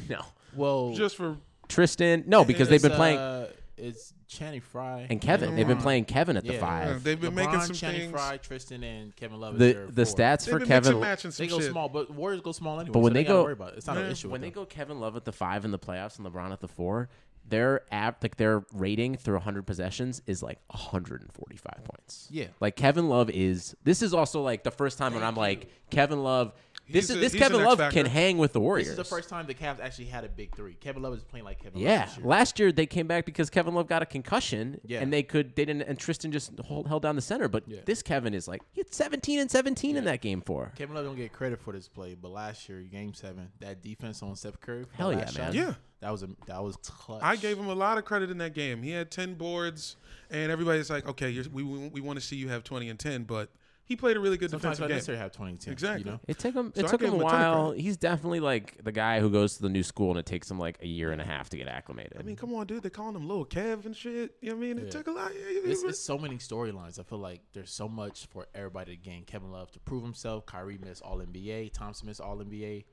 S2: No.
S4: Well,
S3: Just for
S2: Tristan, no, because they've been
S4: it's,
S2: playing
S4: Uh, it's Channing Frye
S2: and Kevin. They've been playing Kevin at the
S4: Yeah.
S2: five.
S3: they've been
S4: LeBron,
S3: making some
S4: Channing
S3: things.
S4: Frye, Tristan, and Kevin Love. is
S2: The
S4: their
S2: the
S4: forward.
S2: stats
S3: They've
S2: for
S3: been mixing
S2: Kevin
S3: matching some
S4: They go
S3: shit.
S4: small, but Warriors go small anyway.
S2: But when
S4: so
S2: they
S4: gotta
S2: go-
S4: worry about it. it's not an
S3: Yeah.
S4: issue.
S2: when
S4: When
S2: they go Kevin Love at the five in the playoffs and LeBron at the four, their app like their rating through 100 possessions is like 145 points.
S4: Yeah.
S2: like Kevin Love is. This is also like the first time when I'm like Kevin Love This
S3: He's a-
S2: is this
S3: he's an
S2: Kevin
S3: X
S2: Love
S3: factor.
S2: can hang with the Warriors.
S4: This is the first time the Cavs actually had a big three. Kevin Love is playing like Kevin Love.
S2: Yeah,
S4: this year.
S2: last year they came back because Kevin Love got a concussion,
S4: Yeah.
S2: and they could they didn't and Tristan just hold, held down the center. But
S4: Yeah.
S2: this Kevin is like he had 17 and 17 in that game for.
S4: Kevin Love don't get credit for this play, but last year, Game Seven, that defense on Steph Curry, for the
S2: Hell yeah,
S4: last shot,
S2: man.
S3: Yeah.
S4: that was a that was clutch.
S3: I gave him a lot of credit in that game. He had 10 boards, and everybody's like, okay, you're, we, we, we want to see you have 20 and 10, but he played a really good
S4: sometimes I
S3: defensive game.
S4: necessarily have twenty ten.
S3: Exactly.
S4: You know?
S2: It took him.
S3: So
S2: It
S3: I
S2: took
S3: gave
S2: him a
S3: him a ton of
S2: while.
S3: credit.
S2: He's definitely like the guy who goes to the new school and it takes him like a year and a half to get acclimated.
S3: I mean, come on, dude. They're calling him little Kev and shit. You know what I mean? It
S4: Yeah.
S3: took a lot.
S4: It's, it's so many storylines. I feel like there's so much for everybody to gain. Kevin Love to prove himself. Kyrie missed All NBA. Thompson missed All NBA.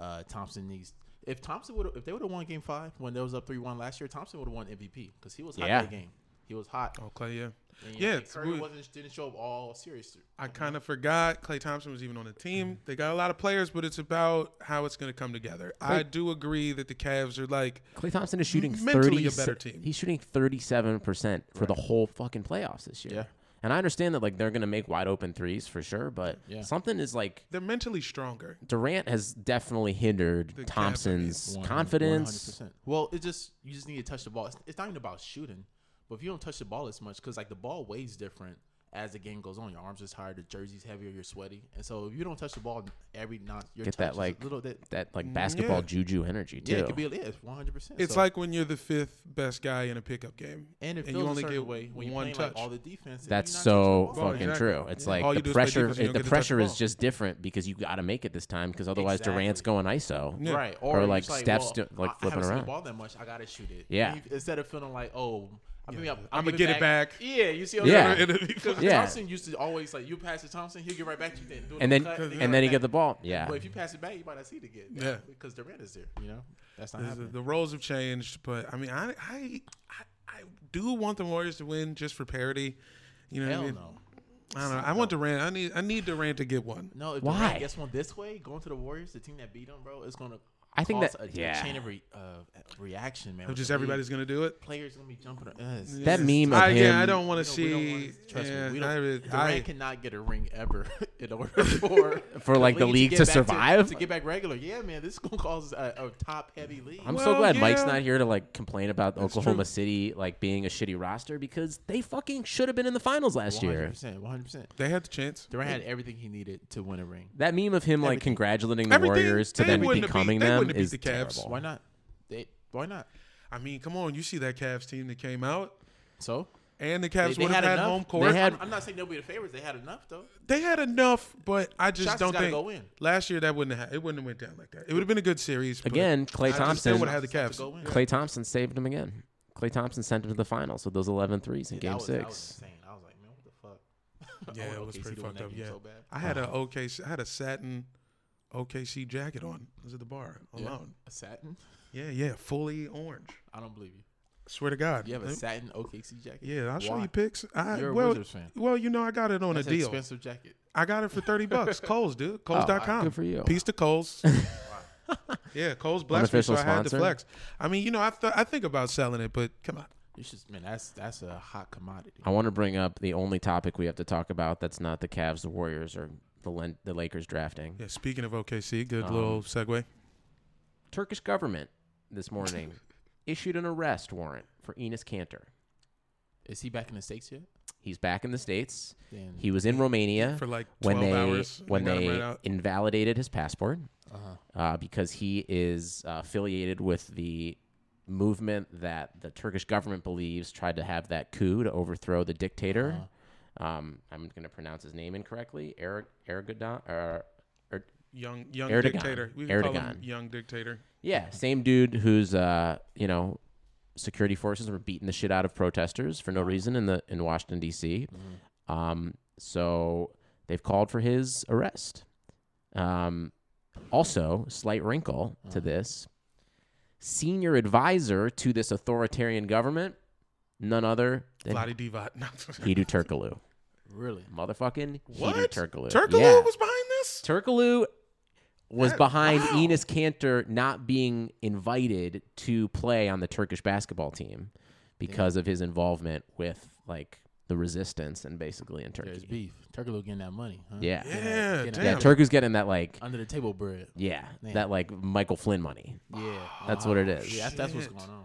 S4: Uh, Thompson needs. If Thompson would, if they would have won Game Five when they was up three one last year, Thompson would have won MVP because he was hot
S2: Yeah.
S4: that game. He was hot.
S3: oh, Clay, yeah.
S4: And, you know,
S3: Yeah,
S4: and Curry
S3: we-
S4: wasn't didn't show up all serious.
S3: I kind of forgot Clay Thompson was even on the team.
S4: Mm-hmm.
S3: They got a lot of players, but it's about how it's going to come together. I do agree that the Cavs are like,
S2: Clay Thompson is shooting
S3: mentally
S2: thirty.
S3: a better team.
S2: He's shooting thirty-seven percent for the whole fucking playoffs this year.
S4: Yeah.
S2: and I understand that like they're gonna make wide open threes for sure, but
S4: Yeah.
S2: something is like
S3: they're mentally stronger.
S2: Durant has definitely hindered
S3: The Cavs, I mean,
S2: Thompson's
S4: 100
S2: confidence.
S4: 100%. Well, it just you just need to touch the ball. It's, it's not even about shooting, but if you don't touch the ball as much, because like the ball weighs different as the game goes on. Your arms is tired, the jersey's heavier, you're sweaty, and so if you don't touch the ball every not your
S2: Get
S4: touch
S2: that
S4: is
S2: like
S4: a little that
S2: that like basketball
S3: Yeah.
S2: juju energy too.
S4: yeah, it could be yeah, it's one hundred percent.
S3: It's like when you're the fifth best guy in a pickup game,
S4: and it feels
S3: you
S4: a
S3: only
S4: certain
S3: get
S4: way when you're
S3: one
S4: playing
S3: touch.
S4: like all the defense. and
S2: That's
S4: you're not touching the
S2: so
S4: ball.
S2: fucking
S3: exactly.
S2: true. It's
S3: Yeah.
S2: like
S3: All you
S2: the
S3: do is play
S2: pressure.
S3: defense, you don't
S2: the
S3: get to touch Oh.
S2: pressure
S3: the
S2: is
S3: ball.
S2: just different because you got to make it this time because otherwise
S4: Exactly.
S2: Durant's going ISO.
S3: Yeah.
S4: Right. Or, you're
S2: like
S4: just like
S2: steps
S4: well,
S2: to- like
S4: I-
S2: flipping
S4: I haven't seen
S2: around.
S4: the ball that much. I gotta shoot it.
S2: Yeah.
S4: And you- instead of feeling like, oh, I mean, I'm,
S3: I'ma get it back.
S4: Yeah. You see. What
S2: Yeah.
S4: yeah.
S3: It'll be
S4: Because
S3: fine.
S2: Yeah.
S4: Thompson used to always like, you pass it, Thompson, he'll get right back to you. Then do a
S2: And then
S4: little cut,
S2: and then he get the
S4: back.
S2: ball. Yeah.
S4: But if you pass it back, you might not see it again.
S3: Yeah.
S4: Because Durant is there. You know. That's not
S3: The-
S4: happening.
S3: The roles have changed, but I mean, I, I, I, I do want the Warriors to win just for parity. You know, what I
S4: Hell
S3: mean?
S4: no.
S3: I don't know. I want Durant. I need, I need Durant to get one.
S4: No, if
S2: Why?
S4: Durant gets one this way, going to the Warriors, the team that beat them, bro, it's gonna.
S2: I think
S4: cause
S2: that-
S4: a, a
S2: yeah.
S4: chain of re, uh, reaction, man.
S3: Of
S4: with
S3: just
S4: the league.
S3: everybody's gonna do it.
S4: players gonna be jumping. Uh, it's-
S2: that meme of
S3: I,
S2: him.
S3: yeah, I don't want to
S4: We don't- we don't
S3: see.
S4: want- trust
S3: yeah,
S4: me, we don't,
S3: I, would-
S4: Durant
S3: I-
S4: cannot get a ring ever in order for
S2: For, like, the league
S4: get
S2: to
S4: back
S2: survive?
S4: to, get back regular. Yeah, man, this is gonna cause a, a top heavy league.
S2: I'm so
S3: Well,
S2: glad Mike's
S3: yeah.
S2: not here to like complain about Oklahoma
S3: true.
S2: City like being a shitty roster because they fucking should have been in the finals last year.
S4: 100, 100.
S3: they had the chance.
S4: Durant had everything he needed to win a ring.
S2: That meme of him like
S4: Everything.
S2: congratulating the
S3: Everything.
S2: Warriors to
S3: They
S2: then
S3: wouldn't have beat-
S2: becoming
S3: they
S2: them
S3: wouldn't have beat
S2: is
S3: the Cavs.
S2: terrible.
S4: Why not? They, why not?
S3: I mean, come on, you see that Cavs team that came out,
S4: So
S3: and the
S4: they,
S3: Cavs
S4: they
S3: would
S4: had
S3: have had
S4: enough.
S3: home court.
S2: They had-
S4: I'm, I'm not saying they'll be the favorites. They had enough though.
S3: They had enough, but I just
S4: Shots
S3: don't
S4: gotta
S3: think
S4: go in.
S3: last year that wouldn't have it wouldn't have went down like that. It would have been a good series. but
S2: Again, Clay
S3: I just still
S2: Thompson.
S3: would have had the
S4: Shots to
S3: Cavs.
S4: go in.
S2: Clay Thompson saved him again. Clay Thompson sent him to the finals with those 11 threes in
S4: that
S2: game
S4: was, That was
S2: six.
S4: insane. I was like, man, what the fuck?
S3: Yeah,
S4: I
S3: it
S4: want
S3: was
S4: OKC
S3: pretty
S4: to win
S3: fucked
S4: that
S3: up.
S4: game
S3: Yeah,
S4: so bad.
S3: I had a OKC, I had a satin OKC jacket on. I was at the bar alone.
S4: A satin?
S3: Yeah, yeah, fully orange.
S4: I don't believe you.
S3: Swear to God.
S4: You have
S3: Let
S4: a
S3: me-
S4: satin OKC jacket?
S3: yeah, I'll show
S4: Why?
S3: you pics. I,
S4: You're a
S3: well,
S4: Wizards fan.
S3: Well, you know, I got it on
S4: That's
S3: a
S4: an
S3: deal.
S4: expensive jacket.
S3: I got it for 30 bucks. Coles, dude. Coles.com.
S2: good for you.
S3: Peace to Coles. yeah, Coles blessed me, so
S2: Unofficial
S3: I had to
S2: sponsor.
S3: flex. I mean, you know, I, th- I think about selling it, but come on.
S4: You should, man. That's that's a hot commodity.
S2: I want to bring up the only topic we have to talk about that's not the Cavs, the Warriors, or the, Len- the Lakers drafting.
S3: Yeah, speaking of OKC, good
S2: Um,
S3: little segue.
S2: Turkish government this morning issued an arrest warrant for Enos Cantor.
S4: Is he back in the states yet?
S2: He's back in the states.
S4: Then
S2: He was in Romania
S3: For like
S2: when
S3: 12
S2: they
S3: hours.
S2: when
S3: They got him
S2: they
S3: right out.
S2: invalidated his passport
S4: uh-huh.
S2: uh, because he is uh, affiliated with the movement that the Turkish government believes tried to have that coup to overthrow the dictator.
S3: Uh-huh.
S2: Um, I'm going to pronounce his name incorrectly. Eric Erdogan. Er, er,
S3: Young, young
S2: Erdogan.
S3: dictator. We can call him
S2: Erdogan.
S3: young dictator.
S2: yeah, same dude who's uh, you know, security forces were beating the shit out of protesters for no reason in the in Washington D.C.
S3: Mm-hmm.
S2: Um, so they've called for his arrest. Um, also, slight wrinkle
S3: Uh-huh.
S2: to this: senior advisor to this authoritarian government, none other than
S3: Vladi Divac. No.
S2: Hidu Turkoglu,
S4: really?
S2: motherfucking Hidu
S3: what?
S2: Turkoglu.
S3: Turkoglu
S2: Yeah.
S3: was behind this?
S2: Turkoglu was
S3: That-
S2: behind
S3: Oh, wow.
S2: Enos Cantor not being invited to play on the Turkish basketball team because of his involvement with like the resistance and basically in
S4: There's
S2: Turkey.
S4: beef. Turkey will getting that money. Huh?
S2: Yeah.
S3: Yeah,
S4: Yeah,
S3: damn.
S2: Yeah, Turku's getting that like
S4: Under the table bread.
S2: yeah,
S4: Man.
S2: that like Michael Flynn money.
S4: Yeah. Oh,
S2: That's what it is.
S4: Yeah, that's, that's what's
S3: Shit.
S4: going on.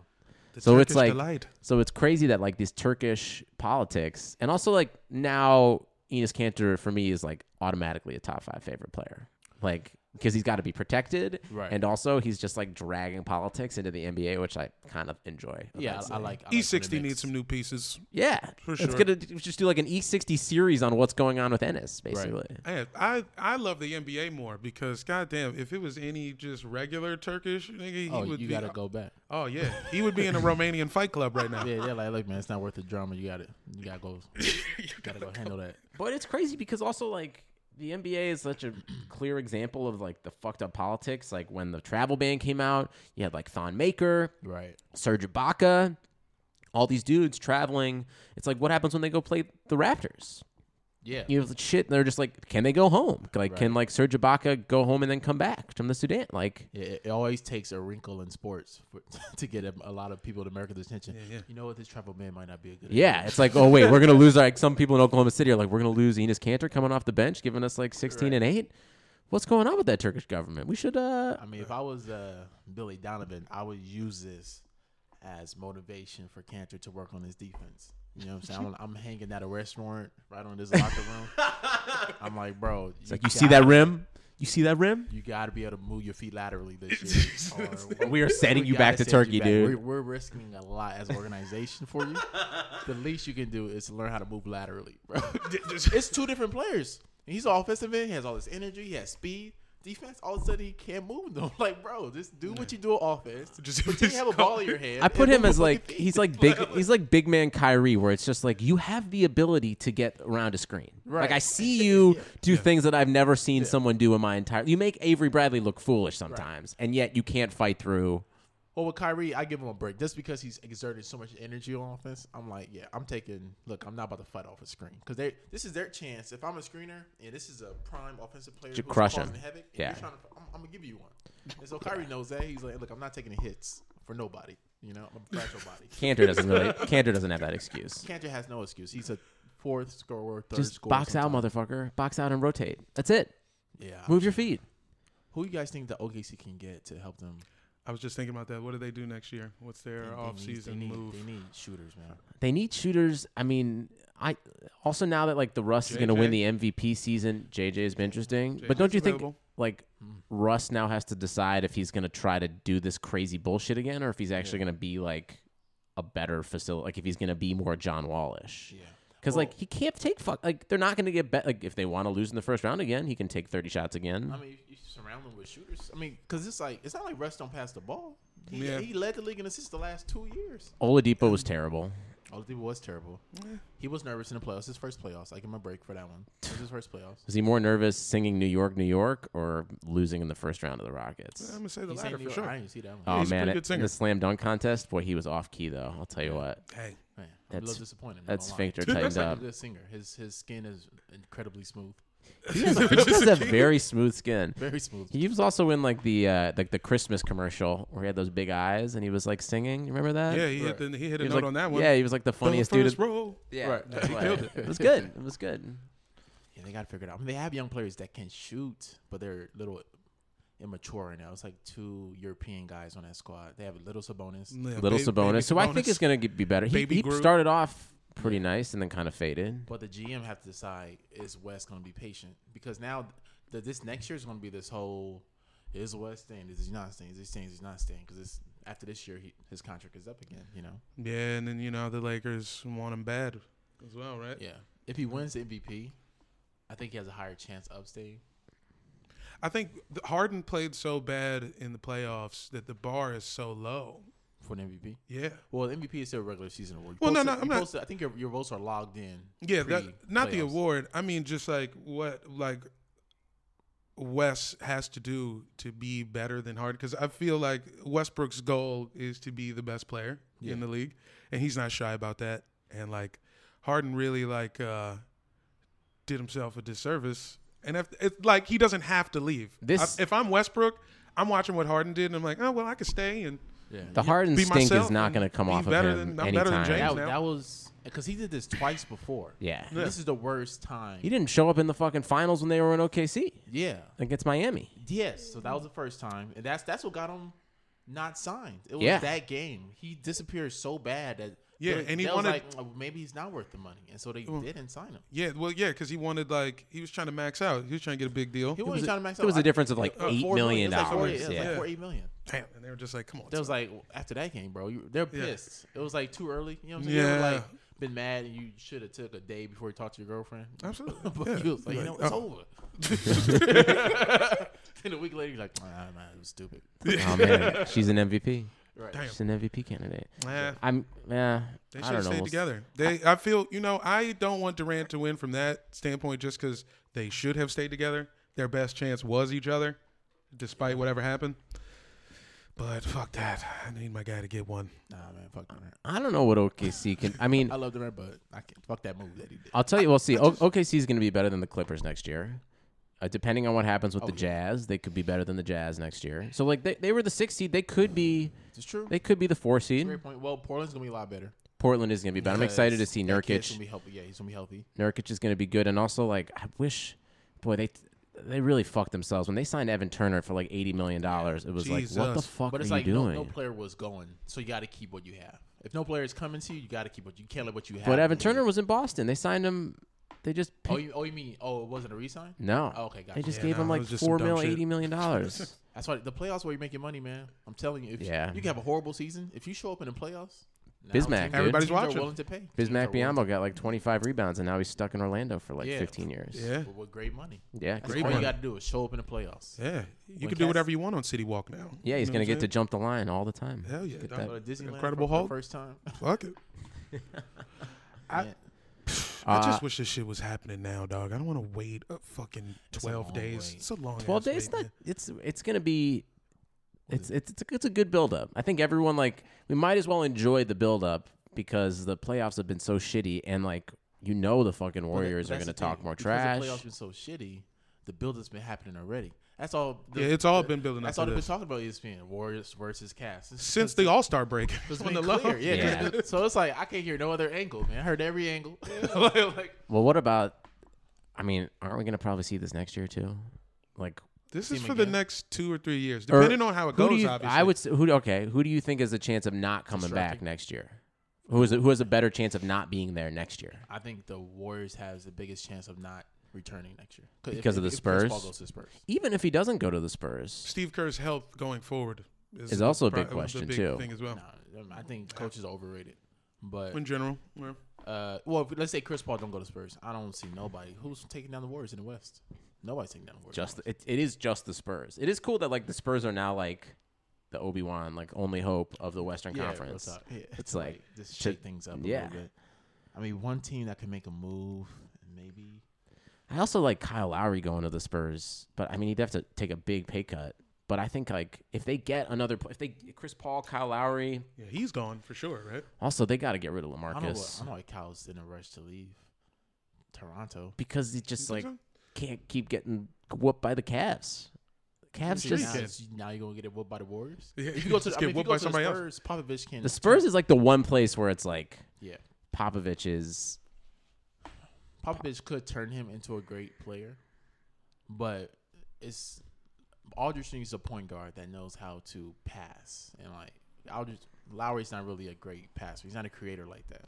S3: The
S2: So it's
S3: Turkish
S2: like-
S3: delight.
S2: So it's crazy that like these Turkish politics and also like now Enos Cantor for me is like automatically a top 5 favorite player. Like because he's got to be protected
S4: Right.
S2: and also he's just like dragging politics into the NBA which I kind of enjoy.
S4: Yeah, I, I
S2: immensely.
S4: like. I like
S3: E60
S4: when it
S3: E needs some
S4: makes-
S3: new pieces.
S2: Yeah,
S3: For
S2: it's
S3: sure.
S2: gonna d- just do like an E60 series on what's going on with Ennis, basically.
S3: Man, I I love the NBA more because goddamn, if it was any just regular Turkish nigga, he
S4: Oh,
S3: would
S4: you
S3: be.
S4: gotta go back.
S3: Oh yeah, he would be in a Romanian fight club right now.
S4: Yeah, they're like, look, man, it's not worth the drama. You got to You gotta go. you gotta go handle that.
S2: But it's crazy because also like the NBA is such a clear example of like the fucked up politics. Like when the travel ban came out, you had like Thon Maker,
S4: Right.
S2: Serge Ibaka, all these dudes traveling. It's like what happens when they go play the Raptors?
S4: Yeah.
S2: You know, shit. They're just like, can they go home? Like, can like Serge Ibaka go home and then come back from the Sudan? Like,
S4: Yeah, it, it always takes a wrinkle in sports for, to get a, a lot of people in America's attention. You know what? This travel ban might not be a good. idea.
S2: Yeah, it's like, oh wait, we're gonna lose. Like some people in Oklahoma City are like, we're gonna lose Enos Cantor coming off the bench, giving us like 16 and eight. What's going on with that Turkish government? We should. uh
S4: I mean, if I was uh, Billy Donovan, I would use this as motivation for Cantor to work on his defense. You know what I'm saying? I'm, I'm hanging at a restaurant right on this locker room. I'm like, bro, you,
S2: Like you see that rim? You see that rim?
S4: You got to be able to move your feet laterally this year. or-
S2: We are sending
S4: we
S2: you
S4: gotta
S2: back to
S4: send
S2: Turkey,
S4: you back.
S2: dude.
S4: We're, we're risking a lot as an organization for you. the least you can do is learn how to move laterally, bro. it's two different players. He's an offensive end. He has all this energy. He has speed. Defense. All of a sudden, he can't move them. Like, bro, just do what you do on offense.
S3: Just-
S4: Just pretend you have a ball in your hand.
S2: I put
S4: and
S2: him
S4: move
S2: as
S4: your
S2: like
S4: fucking
S2: he's
S4: feet.
S2: like big he's like big man Kyrie where it's just like you have the ability to get around a screen. Like
S4: Right.
S2: I see you do things that I've never seen someone do in my entire You make Avery Bradley look foolish sometimes and yet you can't fight through.
S4: Well, with Kyrie, I give him a break just because he's exerted so much energy on offense. I'm like, yeah, I'm taking. Look, I'm not about to fight off a screen because they this is their chance. If I'm a screener and this is a prime offensive player,
S2: Just
S4: who's
S2: crush
S4: causing
S2: him.
S4: Havoc, and
S2: Yeah.
S4: you're trying to, I'm, I'm gonna give you one. And so Kyrie knows that he's like, look, I'm not taking the hits for nobody. You know, I'm a fragile body.
S2: Cantor doesn't really Cantor doesn't have that excuse.
S4: Cantor has no excuse. He's a fourth scorer, third
S2: Just
S4: scorer.
S2: box out,
S4: sometime.
S2: motherfucker. Box out and rotate. That's it.
S4: Yeah.
S2: Move your feet.
S4: Who you guys think the OKC can get to help them?
S3: I was just thinking about that. What do they do next year? What's
S4: They
S3: their
S4: need-
S3: off
S4: they
S3: season
S4: need,
S3: move?
S4: They need shooters, man.
S2: They need shooters. I mean, I also now that like the Russ is going to win the MVP season, JJ has been interesting. but don't you think
S3: available.
S2: like Russ now has to decide if he's going to try to do this crazy bullshit again or if he's actually going to be like a better facility, like if he's going to be more John Wallish.
S4: Yeah.
S2: Because like he can't take fuck like they're not going to get bet like if they want to lose in the first round again, he can take thirty shots again.
S4: I mean, you- you surround them with shooters. I mean, because it's like it's not like Russ don't pass the ball. He,
S3: Yeah.
S4: he led the league in assists the last two years.
S2: Oladipo was terrible.
S4: Oladipo was terrible. He was nervous in the playoffs. His first playoffs. I give him a break for that one. It was his first playoffs.
S2: Was he more nervous singing New York, New York, or losing in the first round of the
S4: Um,
S2: Rockets?
S3: I'm gonna say the
S4: He said
S3: latter
S4: New
S3: for
S4: York-
S3: sure.
S4: I didn't even see that one.
S2: oh
S3: he's a
S2: man,
S3: pretty
S2: it-
S3: good singer.
S2: the slam dunk contest, boy, he was off key though. I'll tell you what,
S3: Hey,
S4: Man, I'm a
S2: that's-
S4: little disappointed. I'm
S2: that
S4: not gonna lie.
S2: sphincter tightened
S4: He's like
S2: up.
S4: a good singer. His his skin is incredibly smooth.
S2: He has, he has a very smooth skin.
S4: Very smooth.
S2: He was also in like the uh, like the Christmas commercial where he had those big eyes and he was like singing. You remember that?
S3: yeah, he hit the, he hit a
S2: He was
S3: note
S2: like,
S3: on that one.
S2: Yeah, he was like the funniest
S3: the
S2: dude. at-
S3: first roll.
S2: Yeah,
S4: Right.
S2: that's
S3: He
S2: why-
S3: killed it.
S2: it was good. It was good.
S4: Yeah, they got to figure it out. I mean, they have young players that can shoot, but they're a little immature right now. It's like two European guys on that squad. They have little Sabonis.
S3: Yeah,
S2: Little
S3: baby- baby
S2: Sabonis, who I think
S3: Sabonis.
S2: is going to be better. He,
S3: Baby
S2: he
S3: Groot.
S2: started off pretty nice and then kind of faded.
S4: But the GM have to decide is West going to be patient because now th- this next year is going to be this whole is West staying? Is he not staying? Is he staying? Is he not staying? Because it's after this year, he, his contract is up again. You know.
S3: Yeah, and then you know the Lakers want him bad as well, right?
S4: Yeah. If he wins the MVP, I think he has a higher chance of staying.
S3: I think th- Harden played so bad in the playoffs that the bar is so low.
S4: For an MVP,
S3: Yeah,
S4: well, the MVP is still a regular season award. You
S3: Well, no,
S4: post
S3: no,
S4: it- you
S3: I'm not-
S4: post it- I think your, your votes are logged in.
S3: yeah, that, not the
S4: pre-playoffs.
S3: award. I mean, just like what like Wes has to do to be better than Harden, because I feel like Westbrook's goal is to be the best player in the league, and he's not shy about that. And like Harden really like uh did himself a disservice, and if it's like he doesn't have to leave.
S2: This-
S3: I- if I'm Westbrook, I'm watching what Harden did, and I'm like, oh well, I could stay and.
S4: Yeah.
S2: The hard
S3: Be
S2: instinct
S3: myself
S2: is not
S3: and
S2: going to come
S3: be
S2: off of
S3: better
S2: him
S3: than- I'm better than
S2: anytime.
S3: James.
S4: That,
S3: now.
S4: that was because he did this twice before.
S2: yeah.
S4: And This is the worst time.
S2: He didn't show up in the fucking finals when they were in OKC
S4: Yeah.
S2: against Miami.
S4: Yes. So that was the first time, and that's that's what got him not signed. It was
S2: Yeah.
S4: that game. He disappeared so bad that
S3: Yeah,
S4: they-
S3: and he
S4: they was
S3: wanted-
S4: like, "Oh, maybe he's not worth the money, and so they didn't sign him.
S3: Yeah, well, yeah, because he wanted like he was trying to max out. He was trying to get a big deal.
S4: He wasn't trying to max out.
S2: It was
S4: I-
S2: a difference of like
S4: uh,
S2: eight
S4: four
S2: million
S4: It was like four-
S2: dollars.
S4: it was like
S2: Yeah.
S4: four- eight million.
S3: Damn, and they were just like, "Come on."
S4: That
S3: son.
S4: was like after that game, bro. You, they're pissed. It was like too early. You know what I'm saying? You
S3: Yeah.
S4: ever, like been mad and you should have took a day before you talked to your girlfriend.
S3: Absolutely,
S4: but
S3: yeah.
S4: you was like, you
S3: Like,
S4: know,
S3: oh.
S4: it's over. then a week later, you're like, nah, nah, it was stupid.
S2: Oh man, she's an MVP.
S4: Right.
S3: Damn.
S2: She's an MVP candidate.
S3: Nah,
S2: I'm yeah.
S3: they
S2: I
S3: should
S2: don't
S3: have
S2: know.
S3: stayed
S2: We'll s-
S3: together. They, I feel, you know, I don't want Durant to win from that standpoint, just because they should have stayed together. Their best chance was each other, despite whatever happened. But fuck that. I need my guy to get one.
S4: Nah, man, fuck Durant.
S2: I don't know what OKC can. I mean,
S4: I love Durant, but I can't fuck that move that he did.
S2: I'll tell you. We'll see. O- OKC is going to be better than the Clippers next year. Uh, depending on what happens
S4: Oh,
S2: with the Jazz, they could be better than the Jazz next year. So like they, they were the sixth seed. They could be
S4: It's true.
S2: they could be the four seed.
S4: Great point. Well, Portland's gonna be a lot better.
S2: Portland is going to be better. I'm excited to see
S4: That kid's
S2: Nurkic.
S4: Gonna be healthy. Yeah, he's gonna be healthy.
S2: Nurkic is going to be good, and also like I wish, boy, they they really fucked themselves when they signed Evan Turner for like eighty million dollars. It was like, what the
S3: Jesus.
S2: fuck are
S4: But it's
S2: you
S4: like no,
S2: doing?
S4: no player was going, so you got to keep what you have. If no player is coming to you, you got to keep what you you can't let what you have.
S2: but Evan
S4: leave.
S2: Turner was in Boston. They signed him. They just
S4: Oh,
S2: picked-
S4: you, oh, you mean oh, it wasn't a resign?
S2: no.
S4: Oh, okay, gotcha.
S2: They just
S3: Yeah,
S2: gave
S3: no,
S2: him
S3: it
S2: like
S3: was just
S2: four
S3: some dumb
S2: mil,
S3: shit.
S2: eighty million dollars.
S4: That's why the playoffs where you're making money, man. I'm telling you, if
S2: Yeah.
S4: you can have a horrible season, if you show up in the playoffs,
S2: Bismack,
S4: now teams-
S2: dude. Everybody's
S4: teams are
S3: watching.
S4: willing to pay. Teams
S2: Bismack
S4: are willing to-
S2: Biyombo got like 25 rebounds, and now he's stuck in Orlando for like
S4: Yeah.
S2: 15 years.
S3: Yeah,
S4: But with great money.
S2: yeah,
S4: That's
S2: great
S4: all
S2: point.
S4: you got to do is show up in the playoffs.
S3: yeah. You
S4: When
S3: can do
S4: Cass-
S3: whatever you want on City Walk now.
S2: yeah, he's
S3: You know
S2: gonna
S3: what I'm
S2: get to jump the line all the time.
S3: saying? Hell yeah.
S2: Get
S3: dog.
S2: that.
S4: Go to Disneyland
S3: Incredible
S4: for the
S3: Hulk.
S4: first time.
S3: Fuck it. I-
S4: Yeah.
S3: I
S2: Uh,
S3: just wish this shit was happening now, dog. I don't want to wait a fucking
S4: a
S3: twelve
S4: long
S3: days.
S4: wait.
S3: It's a long.
S2: 12
S3: ass
S2: days.
S3: wait,
S2: Not,
S3: man.
S2: it's it's gonna be. It's it's it's a, it's a good buildup. I think everyone like we might as well enjoy the buildup because the playoffs have been so shitty, and like you know the fucking
S4: But that-
S2: Warriors are
S4: that's
S2: gonna
S4: the
S2: talk
S4: thing.
S2: more
S4: Because
S2: trash.
S4: The playoffs been so shitty. The build has been happening already. That's all. The,
S3: Yeah, it's all been building up
S4: That's
S3: to
S4: all they've been
S3: this.
S4: talking about. E ESPN Warriors versus Cavs It's-
S3: since the All Star break.
S4: it's
S3: When
S4: been
S3: the love-
S4: clear. Yeah.
S2: Yeah.
S4: So it's like I can't hear no other angle, man. I heard every angle. like, like,
S2: well, what about? I mean, aren't we gonna probably see this next year too? Like,
S3: This
S4: Team
S3: is for the
S4: again.
S3: next two or three years,
S2: or
S3: depending on how it
S2: Er, who do
S3: goes.
S2: you-
S3: obviously,
S2: I would. s- Who okay? Who do you think has a chance of not coming back next year? Who is who has a better chance of not being there next year?
S4: I think the Warriors has the biggest chance of not returning next year
S2: Because of the
S4: Chris
S2: Spurs?
S4: Paul goes to the Spurs.
S2: Even if he doesn't go to the Spurs,
S3: Steve Kerr's health going forward
S2: Is also a big
S3: pro-
S2: question,
S3: big
S2: too.
S3: Thing as well.
S4: Nah, um, I think coaches are overrated. But
S3: In general, yeah.
S4: uh, well, if- let's say Chris Paul don't go to Spurs. I don't see nobody who's taking down the Warriors in the West. Nobody's taking down the Warriors.
S2: just it, it is just the Spurs. It is cool that like the Spurs are now like the Obi Wan, like only hope of the Western
S4: yeah,
S2: Conference.
S4: what's up? Yeah,
S2: It's
S4: to,
S2: like,
S4: just
S2: to-
S4: shake things up a
S2: yeah.
S4: little bit. I mean, one team that can make a move, and maybe
S2: I also like Kyle Lowry going to the Spurs, but I mean he'd have to take a big pay cut. But I think like if they get another, pl- if they Chris Paul, Kyle Lowry,
S3: yeah, he's gone for sure, right?
S2: also they got to get rid of
S4: I don't know. What,
S2: Lamarcus
S4: I don't know why Kyle's in a rush to leave Toronto.
S2: because he just like
S3: so?
S2: can't keep getting whooped by the Cavs. Cavs
S4: So
S2: just
S4: now,
S3: can.
S4: it's- now you're gonna get it whooped by the Warriors.
S3: Yeah,
S4: If you go to,
S3: just
S4: I
S3: get
S4: mean, if you
S3: whooped
S4: go
S3: by
S4: to the
S3: somebody else.
S4: Spurs, Popovich can.
S2: the Spurs is like the one place where it's like
S4: yeah,
S2: Popovich is
S4: Popovich could turn him into a great player, but it's Aldridge needs a point guard that knows how to pass and like Aldridge Lowry's not really a great passer. He's not a creator like that.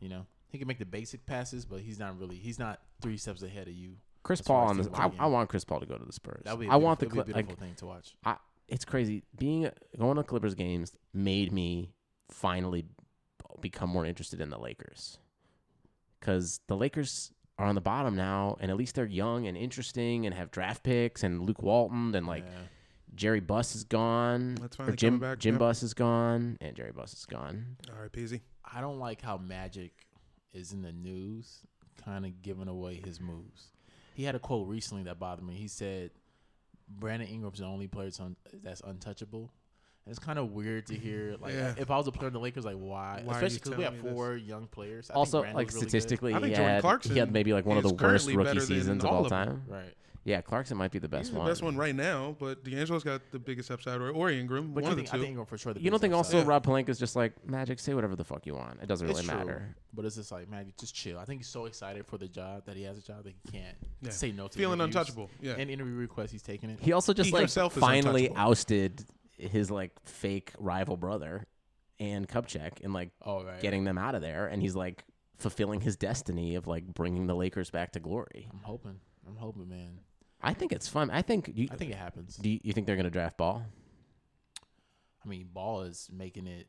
S4: You know, he can make the basic passes, but he's not really. He's not three steps ahead of you.
S2: Chris
S4: That's why
S2: Paul
S4: I
S2: on the.
S4: still
S2: I,
S4: like him.
S2: I want Chris Paul to go to the Spurs.
S4: That would be. a
S2: I want the
S4: beautiful-
S2: Cli-
S4: it'd be a
S2: like.
S4: beautiful thing to watch.
S2: I, it's crazy being going to Clippers games made me finally become more interested in the Lakers because the Lakers are on the bottom now, and at least they're young and interesting and have draft picks and Luke Walton and like
S4: Yeah.
S2: Jerry Buss is gone.
S3: That's
S2: or
S3: finally
S2: Jim
S3: coming back,
S2: Jim
S3: yeah.
S2: Buss is gone and Jerry Buss is gone.
S3: All right, Peasy.
S4: I don't like how Magic is in the news, kind of giving away his moves. He had a quote recently that bothered me. He said, "Brandon Ingram's the only player that's, un- that's untouchable," It's kind of weird to hear. Like,
S3: Yeah.
S4: if I was a player in the Lakers, like, why?
S3: Why are you
S4: Especially because we
S3: telling
S4: have
S3: me this?
S4: four young players. I think
S2: also,
S4: Randall's
S2: like
S4: really good.
S2: statistically,
S3: I think
S2: he,
S3: Jordan
S2: had, he
S3: Clarkson
S2: had maybe like one of
S3: is
S2: the worst
S3: currently better
S2: rookie
S3: than
S2: seasons of
S3: all
S2: all
S3: of them.
S2: time.
S4: right?
S2: Yeah, Clarkson might be the best
S3: He's the
S2: one.
S3: best one right now, but D'Angelo's got the biggest upside, or, or Ingram,
S4: But
S3: one
S4: I
S3: of the
S4: think, I
S3: two.
S4: think Ingram for sure. The
S2: You don't
S4: biggest
S2: think also
S4: upside.
S3: Yeah.
S2: Rob Palenka's just like Magic? Say whatever the fuck you want. It doesn't really
S4: It's true,
S2: matter.
S4: But it's just like, man, just chill. I think he's so excited for the job that he has a job that he can't
S3: Yeah.
S4: say no to.
S3: Feeling
S4: interviews.
S3: untouchable, yeah.
S4: And interview requests, he's taking it.
S2: He also just
S3: He
S2: like
S3: himself is
S2: finally
S3: untouchable.
S2: ousted his like fake rival brother and Kupchak and like
S4: All Oh, right.
S2: getting them out of there, and he's like fulfilling his destiny of like bringing the Lakers back to glory.
S4: I'm hoping. I'm hoping, man.
S2: I think it's fun. I think you.
S4: I think it happens.
S2: do you, you think they're gonna draft Ball?
S4: I mean, Ball is making it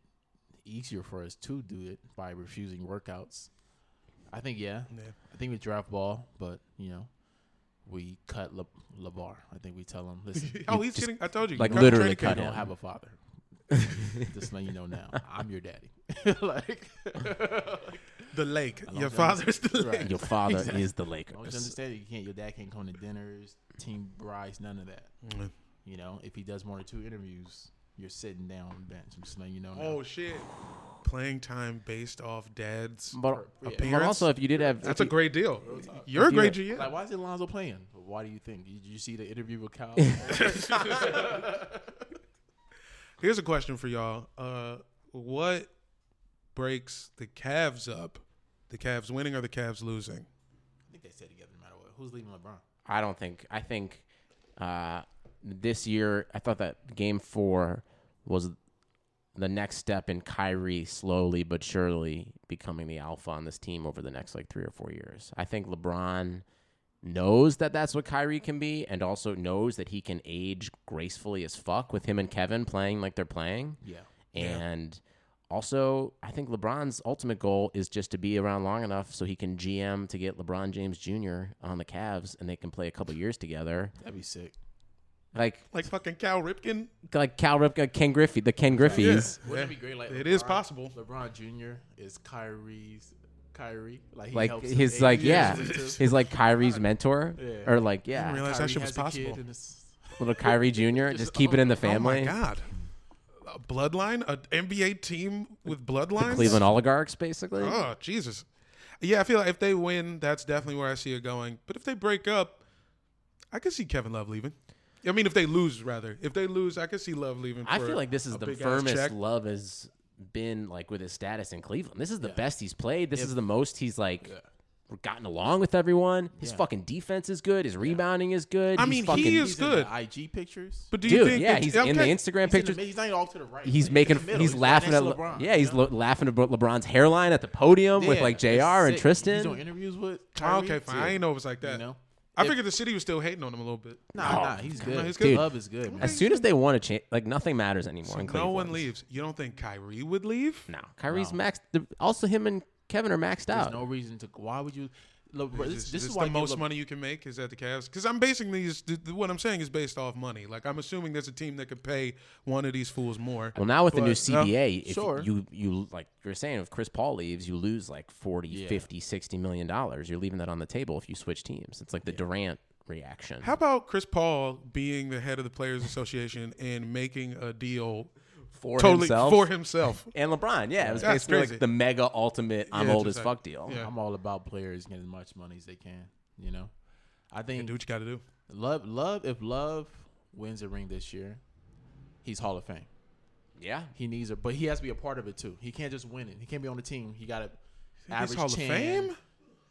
S4: easier for us to do it by refusing workouts. I think, yeah.
S3: Yeah.
S4: I think we draft Ball, but, you know, we cut Le- LeBar. I think we tell him, listen,
S3: oh,
S2: You
S3: he's
S2: just-
S3: kidding. I told you.
S2: like,
S3: cut the
S2: literally
S3: trade
S2: cut
S4: you
S3: cap.
S2: him.
S4: don't have a father. Just letting you know now, I'm your daddy. like,
S3: The lake.
S4: don't
S3: Your
S4: think-
S3: father's the
S4: Right.
S3: lake.
S2: Your father
S4: Exactly.
S2: is the
S4: don't
S2: Lakers.
S4: you understand? You can't. Your dad can't come to dinners, team brides, none of that.
S3: Mm.
S4: You know, if he does one or two interviews, you're sitting down on the bench. I'm just letting you know. now.
S3: Oh shit. Playing time based off dad's.
S4: Mm.
S2: But,
S4: Yeah.
S2: but also, if you did have,
S3: That's
S2: if
S3: a
S2: you-
S3: great deal.
S4: uh,
S3: You're a great
S2: you-
S3: GM.
S4: Like, why is Alonzo playing? Why do you think? Did you see the interview with Kyle?
S3: Here's a question for y'all. Uh, what breaks the Cavs up? The Cavs winning or the Cavs losing?
S4: I think they stay together no matter what. Who's leaving LeBron?
S2: I don't think. I think uh, this year, I thought that game four was the next step in Kyrie slowly but surely becoming the alpha on this team over the next like three or four years. I think LeBron knows that that's what Kyrie can be and also knows that he can age gracefully as fuck with him and Kevin playing like they're playing.
S4: Yeah.
S2: And also, I think LeBron's ultimate goal is just to be around long enough so he can GM to get LeBron James Jr. on the Cavs and they can play a couple years together.
S4: That'd be sick.
S2: Like
S3: Like fucking Cal Ripken?
S2: like Cal Ripka, Ken Griffey, the Ken Griffies.
S4: Wouldn't it be great? Like
S3: It is possible.
S4: LeBron Jr. is Kyrie's Kyrie. Like, he
S2: Like
S4: helps
S2: his like yeah,
S4: His
S2: his like Kyrie's mentor
S4: Yeah.
S2: or like
S3: I didn't
S2: yeah,
S3: realize that shit was possible.
S2: little Kyrie Jr. Just keep it in the
S3: Oh
S2: family.
S3: my god. A bloodline? An NBA team with bloodlines?
S2: Cleveland oligarchs basically.
S3: Oh, Jesus. Yeah, I feel like if they win, that's definitely where I see it going. But if they break up, I could see Kevin Love leaving. I mean, if they lose, rather. If they lose, I could see Love leaving.
S2: I
S3: for
S2: feel like this is
S3: a
S2: the
S3: big-ass
S2: firmest
S3: check.
S2: Love has been like with his status in Cleveland. This is the best he's played. This is the most he's like gotten along with everyone. His fucking defense is good. His rebounding is good.
S3: I
S2: He's
S3: mean,
S2: fucking,
S3: he is
S4: He's good.
S3: good.
S4: IG pictures.
S3: But do you
S2: dude.
S3: think?
S2: yeah,
S3: that-
S2: he's in the
S3: okay.
S2: Instagram
S4: He's, in the
S2: pictures.
S4: mid- he's not even off to the right.
S2: He's
S4: in
S2: making,
S4: the middle.
S2: he's
S4: right
S2: laughing at,
S4: next to
S2: Le-
S4: LeBron.
S2: yeah, he's lo- laughing at Bro- LeBron's hairline at the podium with
S4: Yeah,
S2: like
S4: it's
S2: Jr. and
S4: sick. He's doing
S2: Tristan.
S4: interviews with
S3: Oh,
S4: Kyrie.
S3: okay, fine. I
S4: too,
S3: didn't know it was like that.
S4: You know?
S3: I
S4: If-
S3: figured the city was still hating on him a little bit.
S4: Nah, nah, he's good.
S3: he's
S4: His
S3: good.
S2: Dude.
S4: Love is good, man.
S2: As soon as they want to change, like nothing matters anymore. in
S3: No
S2: Cleveland.
S3: one leaves. You don't think Kyrie would leave?
S2: No, Kyrie's maxed. the- Also, him and Kevin are maxed
S4: There's
S2: out.
S4: no reason to. Why would you? Le- this,
S3: Is
S4: this, is why
S3: the
S4: you
S3: most
S4: love-
S3: money you can make is at the Cavs because I'm basing these. th- th- What I'm saying is based off money. Like I'm assuming there's a team that could pay one of these fools more.
S2: Well, now with the new
S3: But, no.
S2: CBA, if
S4: Sure.
S2: you you like you're saying, if Chris Paul leaves, you lose like 40,
S4: Yeah.
S2: 50, 60 million dollars. You're leaving that on the table if you switch teams. It's like the Durant reaction.
S3: How about Chris Paul being the head of the Players Association and making a deal
S2: for
S3: totally
S2: himself
S3: for himself?
S2: and LeBron, yeah, it was
S3: That's
S2: basically
S3: crazy.
S2: like the mega ultimate I'm
S3: Yeah,
S2: old as
S3: just like-
S2: fuck deal.
S3: Yeah.
S4: I'm all about players getting as much money as they can. You know, I think
S3: Do what you got to do.
S4: love, love. If love wins a ring this year, he's Hall of Fame.
S2: Yeah.
S4: He needs it, but he has to be a part of it too. He can't just win it. He can't be on the team. He got to
S3: He's
S4: average
S3: Hall
S4: 10,
S3: of Fame.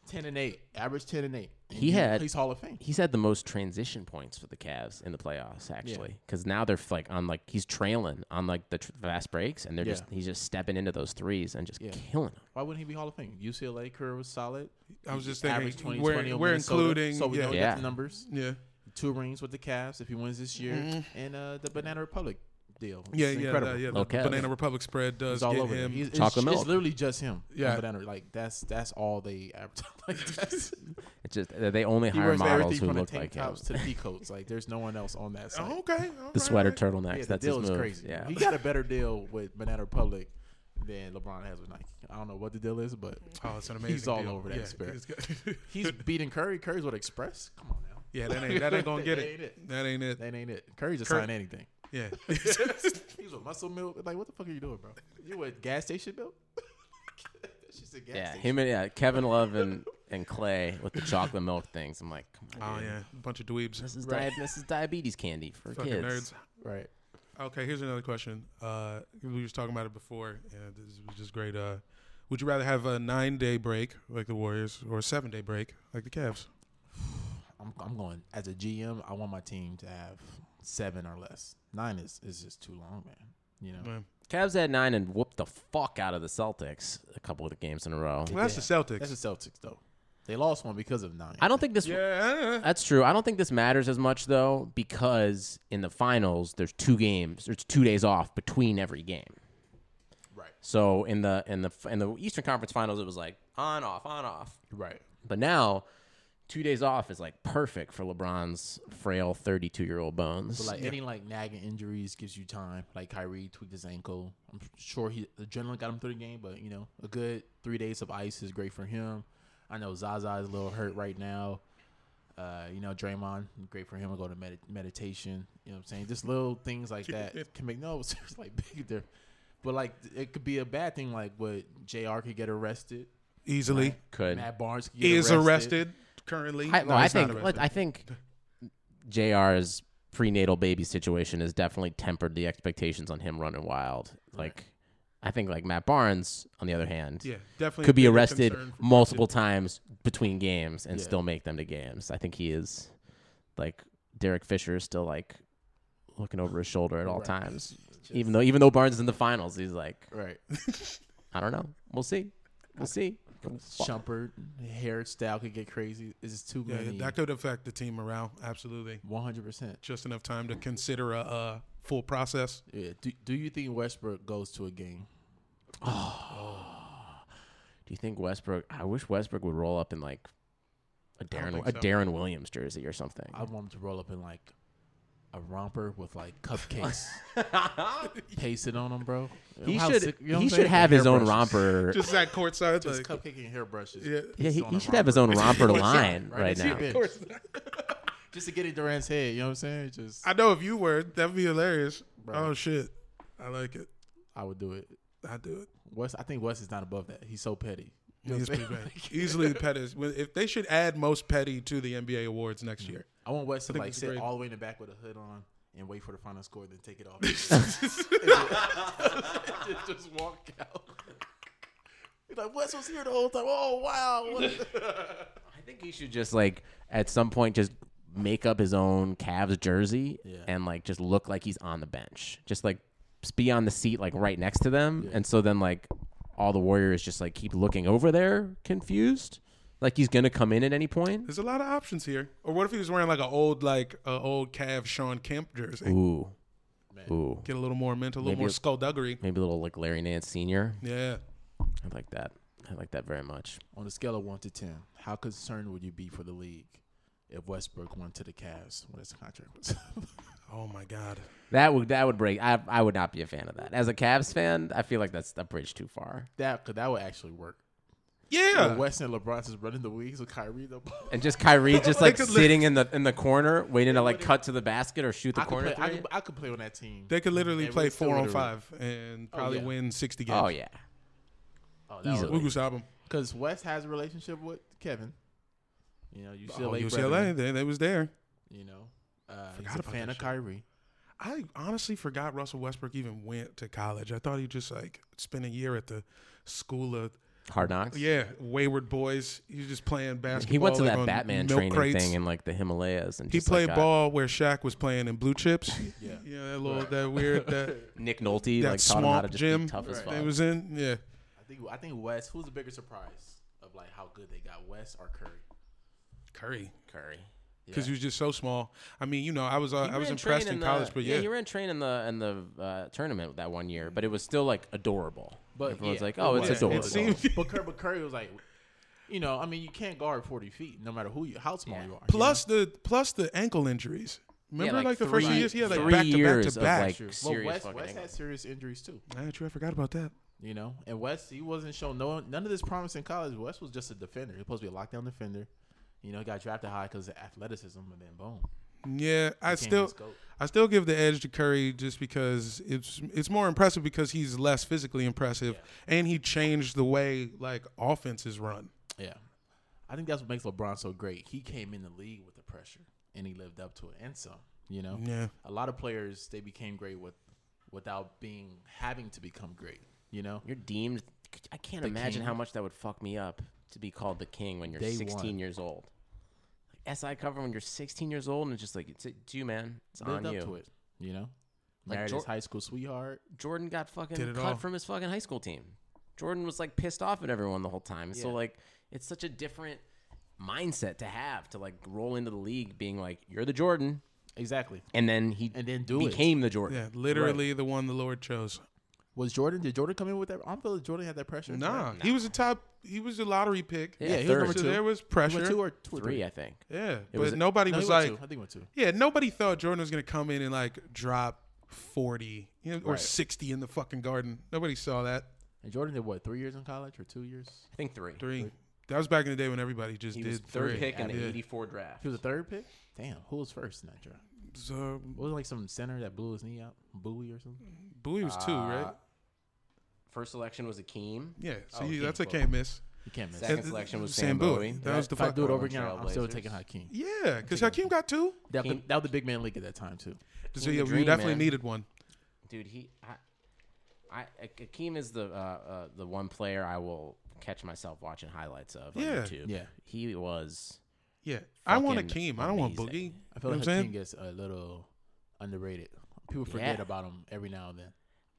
S4: 10 and eight. Average ten and eight. And
S2: He had-
S4: He's Hall of Fame.
S2: He's had the most transition points for the Cavs in the playoffs, actually, because now they're like on like he's trailing on like the tr- fast breaks, and they're
S4: Yeah.
S2: just he's just stepping into those threes and just
S4: Yeah.
S2: killing them.
S4: Why wouldn't he be Hall of Fame? UCLA career was solid.
S3: I was just
S4: Average
S3: thinking
S4: 20,
S3: we're,
S4: 20 on
S3: we're
S4: Minnesota,
S3: including
S4: so we
S3: yeah,
S4: know we
S2: Yeah.
S4: got the numbers.
S3: yeah.
S4: Two rings with the Cavs if he wins this year,
S2: Mm-hmm.
S4: and uh, the Banana Republic deal.
S3: Yeah,
S4: It's
S3: yeah,
S4: incredible.
S3: yeah, yeah. The
S2: Okay.
S3: Banana Republic spread does
S4: It's all
S3: get
S4: over
S3: him.
S4: him. It's,
S2: Chocolate
S4: it's
S2: milk.
S4: literally just him.
S3: Yeah.
S4: Yeah, banana. Like that's that's all they advertise. Like that's,
S2: It's just they only
S4: he
S2: hire
S4: wears
S2: models
S4: everything
S2: who
S4: from the
S2: look
S4: tank
S2: like him.
S4: tops to the pea coats. Like there's no one else on that side.
S3: Oh, okay, all
S2: the
S3: right,
S2: sweater
S3: all
S2: turtlenecks.
S4: yeah, the
S2: that's
S4: deal
S2: his
S4: is
S2: move.
S4: crazy.
S2: Yeah,
S4: He got a better deal with Banana Republic than LeBron has with Nike. I don't know what the deal is, but
S3: right. Oh, it's an amazing.
S4: He's all
S3: deal.
S4: over that
S3: yeah,
S4: spirit.
S3: he's good.
S4: he's beating Curry. Curry's with Express. Come on now,
S3: yeah, that ain't that ain't gonna get
S4: That ain't
S3: it.
S4: it.
S3: That ain't it.
S4: that ain't it. Curry's just
S3: Cur-
S4: sign anything.
S3: Yeah.
S4: He was with Muscle Milk. Like, what the fuck are you doing, bro? You at gas station milk? That's just a gas
S2: Yeah,
S4: station.
S2: him and yeah, Kevin Love and, and Clay with the chocolate milk things. I'm like, come on,
S3: oh
S2: dude.
S3: yeah, a bunch of dweebs.
S2: This is
S4: Right.
S2: di- this is diabetes candy for
S3: Fucking
S2: kids.
S3: nerds.
S4: Right.
S3: Okay, here's another question. Uh, we was talking about it before, and this was just great. Uh, would you rather have a nine-day break like the Warriors, or a seven-day break like the Cavs?
S4: I'm, I'm going as a GM. I want my team to have seven or less. Nine is, is just too long, man. You know,
S3: Man.
S2: Cavs had nine and whooped the fuck out of the Celtics a couple of the games in a row.
S3: Well, that's the Celtics.
S4: that's the Celtics though. They lost one because of nine.
S2: I don't think this.
S3: yeah,
S2: That's true. I don't think this matters as much though, because in the finals there's two games. There's two days off between every game.
S4: right.
S2: So in the in the in the Eastern Conference Finals, it was like on off on off.
S4: Right.
S2: But now, two days off is like perfect for LeBron's frail 32 year old bones.
S4: But like any like nagging injuries gives you time. Like Kyrie tweaked his ankle. I'm sure he adrenaline got him through the game, but you know a good three days of ice is great for him. I know Zaza is a little hurt right now. Uh, you know Draymond, great for him to go to med- meditation. You know what I'm saying? Just little things like that can make no seriously like big there. But like it could be a bad thing. Like what Jr. could get arrested.
S3: easily
S2: Could
S4: Matt Barnes could get
S3: is
S4: arrested.
S3: arrested currently.
S2: I, no, I
S3: he's not
S2: think let- I think Jr's prenatal baby situation has definitely tempered the expectations on him running wild. Like I think like Matt Barnes, on the other hand,
S3: yeah, definitely
S2: could be
S3: bigger
S2: arrested
S3: concern for-
S2: multiple times between games and
S4: Yeah.
S2: still make them to games. I think he is like Derek Fisher is still like looking over his shoulder at all
S4: Right.
S2: times. Even though even though Barnes is in the finals, he's like,
S4: Right.
S2: I don't know. We'll see. We'll see.
S4: Shumpert hairstyle could get crazy. It's just too
S3: Yeah,
S4: many.
S3: that could affect the team morale. Absolutely,
S4: One hundred percent.
S3: just enough time to consider a, uh full process.
S4: Yeah. Do, do you think Westbrook goes to a game?
S2: Do you think Westbrook I wish Westbrook would roll up in like a
S3: don't
S2: Darren
S3: think
S2: a
S3: so.
S2: Darren Williams jersey or something.
S4: I want him to roll up in like a romper with like cupcakes pasted on them, bro.
S2: he
S4: How
S2: should
S4: sick- you know what
S2: he
S4: I'm
S2: should
S4: saying?
S2: have his own
S4: Hairbrushes.
S2: romper.
S3: Just that courtside,
S4: Just
S3: like
S4: cupcake and hairbrushes.
S3: yeah,
S2: yeah, he,
S4: on
S2: he
S4: a
S2: should have his own romper line
S4: Right,
S2: right
S4: it's
S2: now.
S4: your bitch. Just to get in Durant's head, you know what I'm saying? Just I,
S3: I know if you were, that'd be hilarious.
S4: Right.
S3: Oh shit, I like it.
S4: would do it.
S3: I do it.
S4: Wes, I think Wes is not above that. He's so petty. You know
S3: He's
S4: what I'm
S3: pretty
S4: saying?
S3: bad. Easily the pettiest. Well, If they should add most petty to the NBA awards next year,
S4: I want Wes to
S3: think
S4: like
S3: that's
S4: sit
S3: great.
S4: all the way in the back with a hood on and wait for the final score, then take it off. just, just walk out. He's like, Wes was here the whole time. Oh wow. What
S2: I think he should just like at some point just make up his own Cavs jersey
S4: Yeah.
S2: and like just look like he's on the bench. Just like just be on the seat like right next to them. And so then like all the Warriors just like keep looking over there confused. Like he's gonna come in at any point.
S3: there's a lot of options here. Or what if he was wearing like an old, like uh, old Cav Sean Kemp jersey?
S2: Ooh.
S4: Man.
S2: Ooh.
S3: Get a little more mental, a little
S2: Maybe
S3: more
S2: a-
S3: skullduggery.
S2: Maybe a little like Larry Nance Senior.
S3: Yeah.
S2: I like that. I like that very much.
S4: On a scale of one to ten, how concerned would you be for the league if Westbrook went to the Cavs when his contract was up?
S3: Oh my God.
S2: That would that would break. I I would not be a fan of that. As a Cavs fan, I feel like that's a bridge too far.
S4: that cause that would actually work.
S3: Yeah.
S4: When Wes and LeBron just running the leagues with Kyrie. The,
S2: And just Kyrie just like
S3: could
S2: sitting in the in the corner, waiting to like cut to the basket or shoot the
S4: I, could
S2: corner
S4: play, I,
S2: three.
S4: could, I could play on that team.
S3: They could literally
S4: And
S3: play
S4: we still
S3: four on
S4: would've-
S3: five and probably
S4: yeah.
S3: win 60 games.
S2: Oh yeah,
S4: Oh, that
S2: easily.
S4: would-
S3: Wugus album.
S4: Because Wes has a relationship with Kevin. You know,
S3: Oh,
S4: UCLA.
S3: UCLA,
S4: brethren,
S3: they, they was there.
S4: you know, uh, he's
S3: Forgot
S4: a
S3: about
S4: fan
S3: that
S4: of
S3: shit.
S4: Kyrie.
S3: I honestly forgot Russell Westbrook even went to college. I thought he just like spent a year at the school of
S2: Hard Knocks.
S3: yeah wayward boys. He's just playing basketball.
S2: he went to
S3: like,
S2: that
S3: on
S2: Batman
S3: milk
S2: training
S3: crates.
S2: thing in like the Himalayas and
S3: He
S2: just,
S3: played
S2: like, got
S3: ball where Shaq was playing in blue chips.
S4: Yeah.
S3: yeah, that little that weird that
S2: Nick Nolte
S3: that
S2: like taught him how to
S3: swamp
S2: just
S3: gym
S2: be tough as
S4: Right.
S2: fuck.
S3: they was in. Yeah,
S4: I think I think Wes. Who's the bigger surprise of like how good they got Wes or Curry?
S3: Curry
S2: Curry.
S3: because he was just so small. I mean, you know, I was uh, I was impressed in, college, but yeah,
S2: you were in train in the in the uh, tournament that one year, but it was still like adorable.
S4: But
S2: Everyone's
S4: yeah,
S2: like, oh, it's
S4: was.
S2: adorable.
S3: it seemed
S4: but, Curry, but Curry was like, you know, I mean, you can't guard forty feet no matter who you, how small you are. you
S3: plus the plus the ankle injuries. Remember,
S2: like
S3: like, the first
S2: three-
S3: few years, yeah, like
S2: three
S3: back to back
S2: years
S3: to
S2: of,
S3: back.
S2: like,
S4: know? Well,
S2: serious
S4: Wes,
S2: fucking
S4: Wes
S2: angle.
S4: had serious injuries too,
S3: Ah, true, I forgot about that.
S4: you know. And Wes, he wasn't showing no none of this promise in college. Wes was just a defender. He was supposed to be a lockdown defender. You know, he got drafted high because of athleticism, and then boom,
S3: Yeah, I
S4: Can't
S3: still
S4: use goat.
S3: I still give the edge to Curry just because it's it's more impressive because he's less physically impressive and he changed the way like offenses run.
S4: Yeah. I think that's what makes LeBron so great. He came in the league with the pressure and he lived up to it and some, you know.
S3: Yeah.
S4: A lot of players they became great with without being having to become great, you know.
S2: You're deemed. I can't imagine
S4: king.
S2: how much that would fuck me up to be called the king when you're
S4: Day
S2: 16
S4: one.
S2: years old. Like, SI cover when you're 16 years old and it's just like it's, it's you, man. It's
S4: Lived
S2: on
S4: up
S2: you.
S4: to it, you know.
S2: Like
S4: Married
S2: Jor-
S4: his high school sweetheart.
S2: Jordan got fucking
S3: Did it
S2: cut
S3: all.
S2: from his fucking high school team. Jordan was like pissed off at everyone the whole time. So
S4: Yeah.
S2: like it's such a different mindset to have to like roll into the league being like you're the Jordan
S4: Exactly.
S2: and then he
S4: And then do it.
S2: became the Jordan.
S3: Yeah, literally the one the Lord chose.
S4: Was Jordan? Did Jordan come in with that? I don't feel like Jordan had that pressure.
S3: Nah, he was a top. He was a lottery pick.
S2: Yeah,
S4: he was number
S2: third.
S3: so
S4: two.
S3: there was
S4: He went
S3: pressure.
S4: two or two or
S2: Three, I think.
S3: yeah, but
S2: was-
S3: nobody
S4: No, he
S3: was
S4: went
S3: like,
S4: two. I think he went two.
S3: yeah, nobody thought Jordan was gonna come in and like drop forty you know, or
S4: Right.
S3: sixty in the fucking garden. Nobody saw that
S4: And Jordan did what? Three years in college or two years?
S2: I think 3.
S3: three. That was back in the day when everybody just
S2: He
S3: did
S2: was third
S3: three.
S2: pick in the
S3: Yeah.
S2: 84 draft.
S4: He was a third pick. Damn, who was first in that draft?
S3: So
S4: Was it like some center that blew his knee out, Bowie or something?
S3: Bowie was two, right?
S2: First selection was Akeem.
S3: Yeah,
S2: Ah.
S3: so
S2: Oh,
S3: you,
S2: he-
S3: that's a can't miss.
S4: You can't miss.
S2: Second
S3: That-
S2: selection was
S3: Sam
S2: Sam
S3: Bowie.
S2: Bowie.
S3: That was the
S4: if I
S3: fuck-
S4: do it over
S2: Portland
S4: again, I'm still
S2: Trailblazers.
S4: taking Hakeem.
S3: Yeah, because Hakeem got two.
S4: That,
S2: Hakeem-
S4: that was the big man league at that time too.
S3: So
S2: the
S3: yeah, we
S2: dream,
S3: definitely
S2: man.
S3: needed one.
S2: Dude, he I I Akeem is the uh, uh the one player I will catch myself watching highlights of on
S3: Yeah.
S2: YouTube.
S4: Yeah.
S2: He was
S3: Yeah, I want
S2: Fucking
S3: Hakeem. I don't want Boogie.
S2: amazing.
S4: I feel
S3: You know
S4: like
S3: what I'm
S4: Hakeem
S3: saying?
S4: gets a little underrated. People forget
S2: Yeah.
S4: about him every now and then.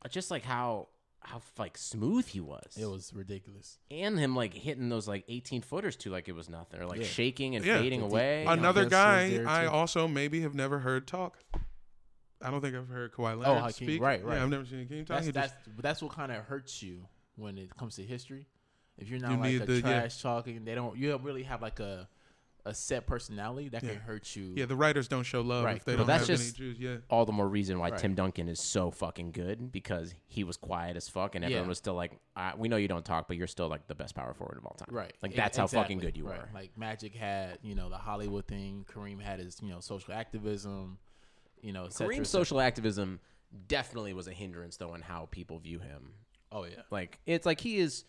S2: uh, just like how how like smooth he was.
S4: It was ridiculous.
S2: and him like hitting those like 18 footers too like it was nothing or like
S4: Yeah.
S2: shaking and
S3: Yeah.
S2: fading away.
S3: Another
S4: Giannis was
S3: guy
S4: there,
S3: I
S4: too.
S3: also maybe have never heard talk. I don't think I've heard Kawhi Leonard
S4: Oh, Hakeem.
S3: speak.
S4: Right,
S3: Yeah,
S4: right.
S3: I've never seen Hakeem talk.
S4: That's
S3: He
S4: that's,
S3: just-
S4: that's what kind of hurts you when it comes to history. If you're not
S3: You
S4: like
S3: need
S4: a
S3: the- yeah.
S4: trash talking, they don't. You don't really have like a a set personality that
S3: Yeah.
S4: can hurt you.
S3: yeah, the writers don't show love
S4: Right.
S3: if they
S4: Well,
S3: don't
S2: that's
S3: have
S2: just-
S3: any Jews. Yeah,
S2: all the more reason why
S4: Right.
S2: Tim Duncan is so fucking good because he was quiet as fuck and everyone
S4: Yeah.
S2: was still like, I, we know you don't talk, but you're still like the best power forward of all time.
S4: Right.
S2: Like
S4: E-
S2: that's how fucking
S4: exactly.
S2: good you
S4: Right.
S2: were.
S4: Like Magic had, you know, the Hollywood thing. Kareem had his, you know, social activism, you know, et cetera, et
S2: Kareem's
S4: cetera.
S2: social activism definitely was a hindrance though on how people view him.
S4: Oh, yeah.
S2: Like it's like he is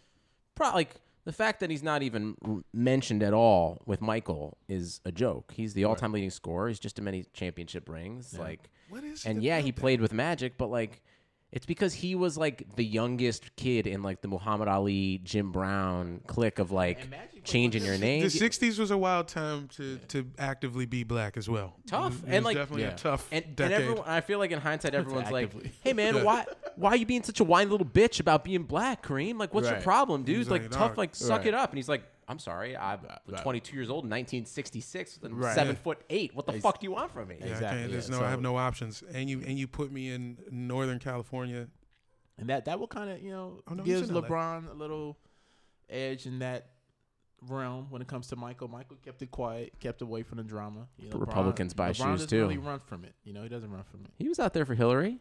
S2: probably like the fact that he's not even r- mentioned at all with Michael is a joke. He's the all-time leading scorer. He's just as many championship rings. Like
S3: What is it
S2: And yeah, he
S3: about that?
S2: played with Magic, but like it's because he was like the youngest kid in like the Muhammad Ali, Jim Brown clique of like
S4: And Magic was
S2: changing your name.
S3: the '60s was a wild time to to actively be black as well.
S2: Tough.
S3: It was- it
S2: And,
S3: was
S2: like-
S3: definitely
S4: Yeah.
S3: a tough
S2: and, and
S3: decade.
S2: everyone, I feel like in hindsight, everyone's like,
S4: Actively.
S2: "Hey man, why why are you being such a whiny little bitch about being black, Kareem? Like, what's your
S4: Right.
S2: problem, dude?
S3: He's
S2: Like,
S3: like,
S2: tough,
S3: "Dog."
S2: like suck it
S4: Right.
S2: up." And he's like, "I'm sorry, I'm
S4: right.
S2: 22 years old, in 1966, and
S4: Right.
S2: seven
S4: Yeah.
S2: foot eight. What the
S4: Ex-
S2: fuck do you want from me?"
S3: Yeah, I,
S4: Exactly,
S3: can't- there's
S4: yeah.
S3: no, I have
S4: So-
S3: no options. And you and you put me in Northern California.
S4: And that, that will kind of, you know,
S3: Oh, no, he's
S4: gives
S3: in LA.
S4: LeBron a little edge in that realm when it comes to Michael. Michael kept it quiet, kept away from the drama. You know,
S2: The Republicans buy
S4: LeBron
S2: shoes,
S4: doesn't
S2: too.
S4: really run from it. You know, he doesn't run from it.
S2: He was out there for Hillary.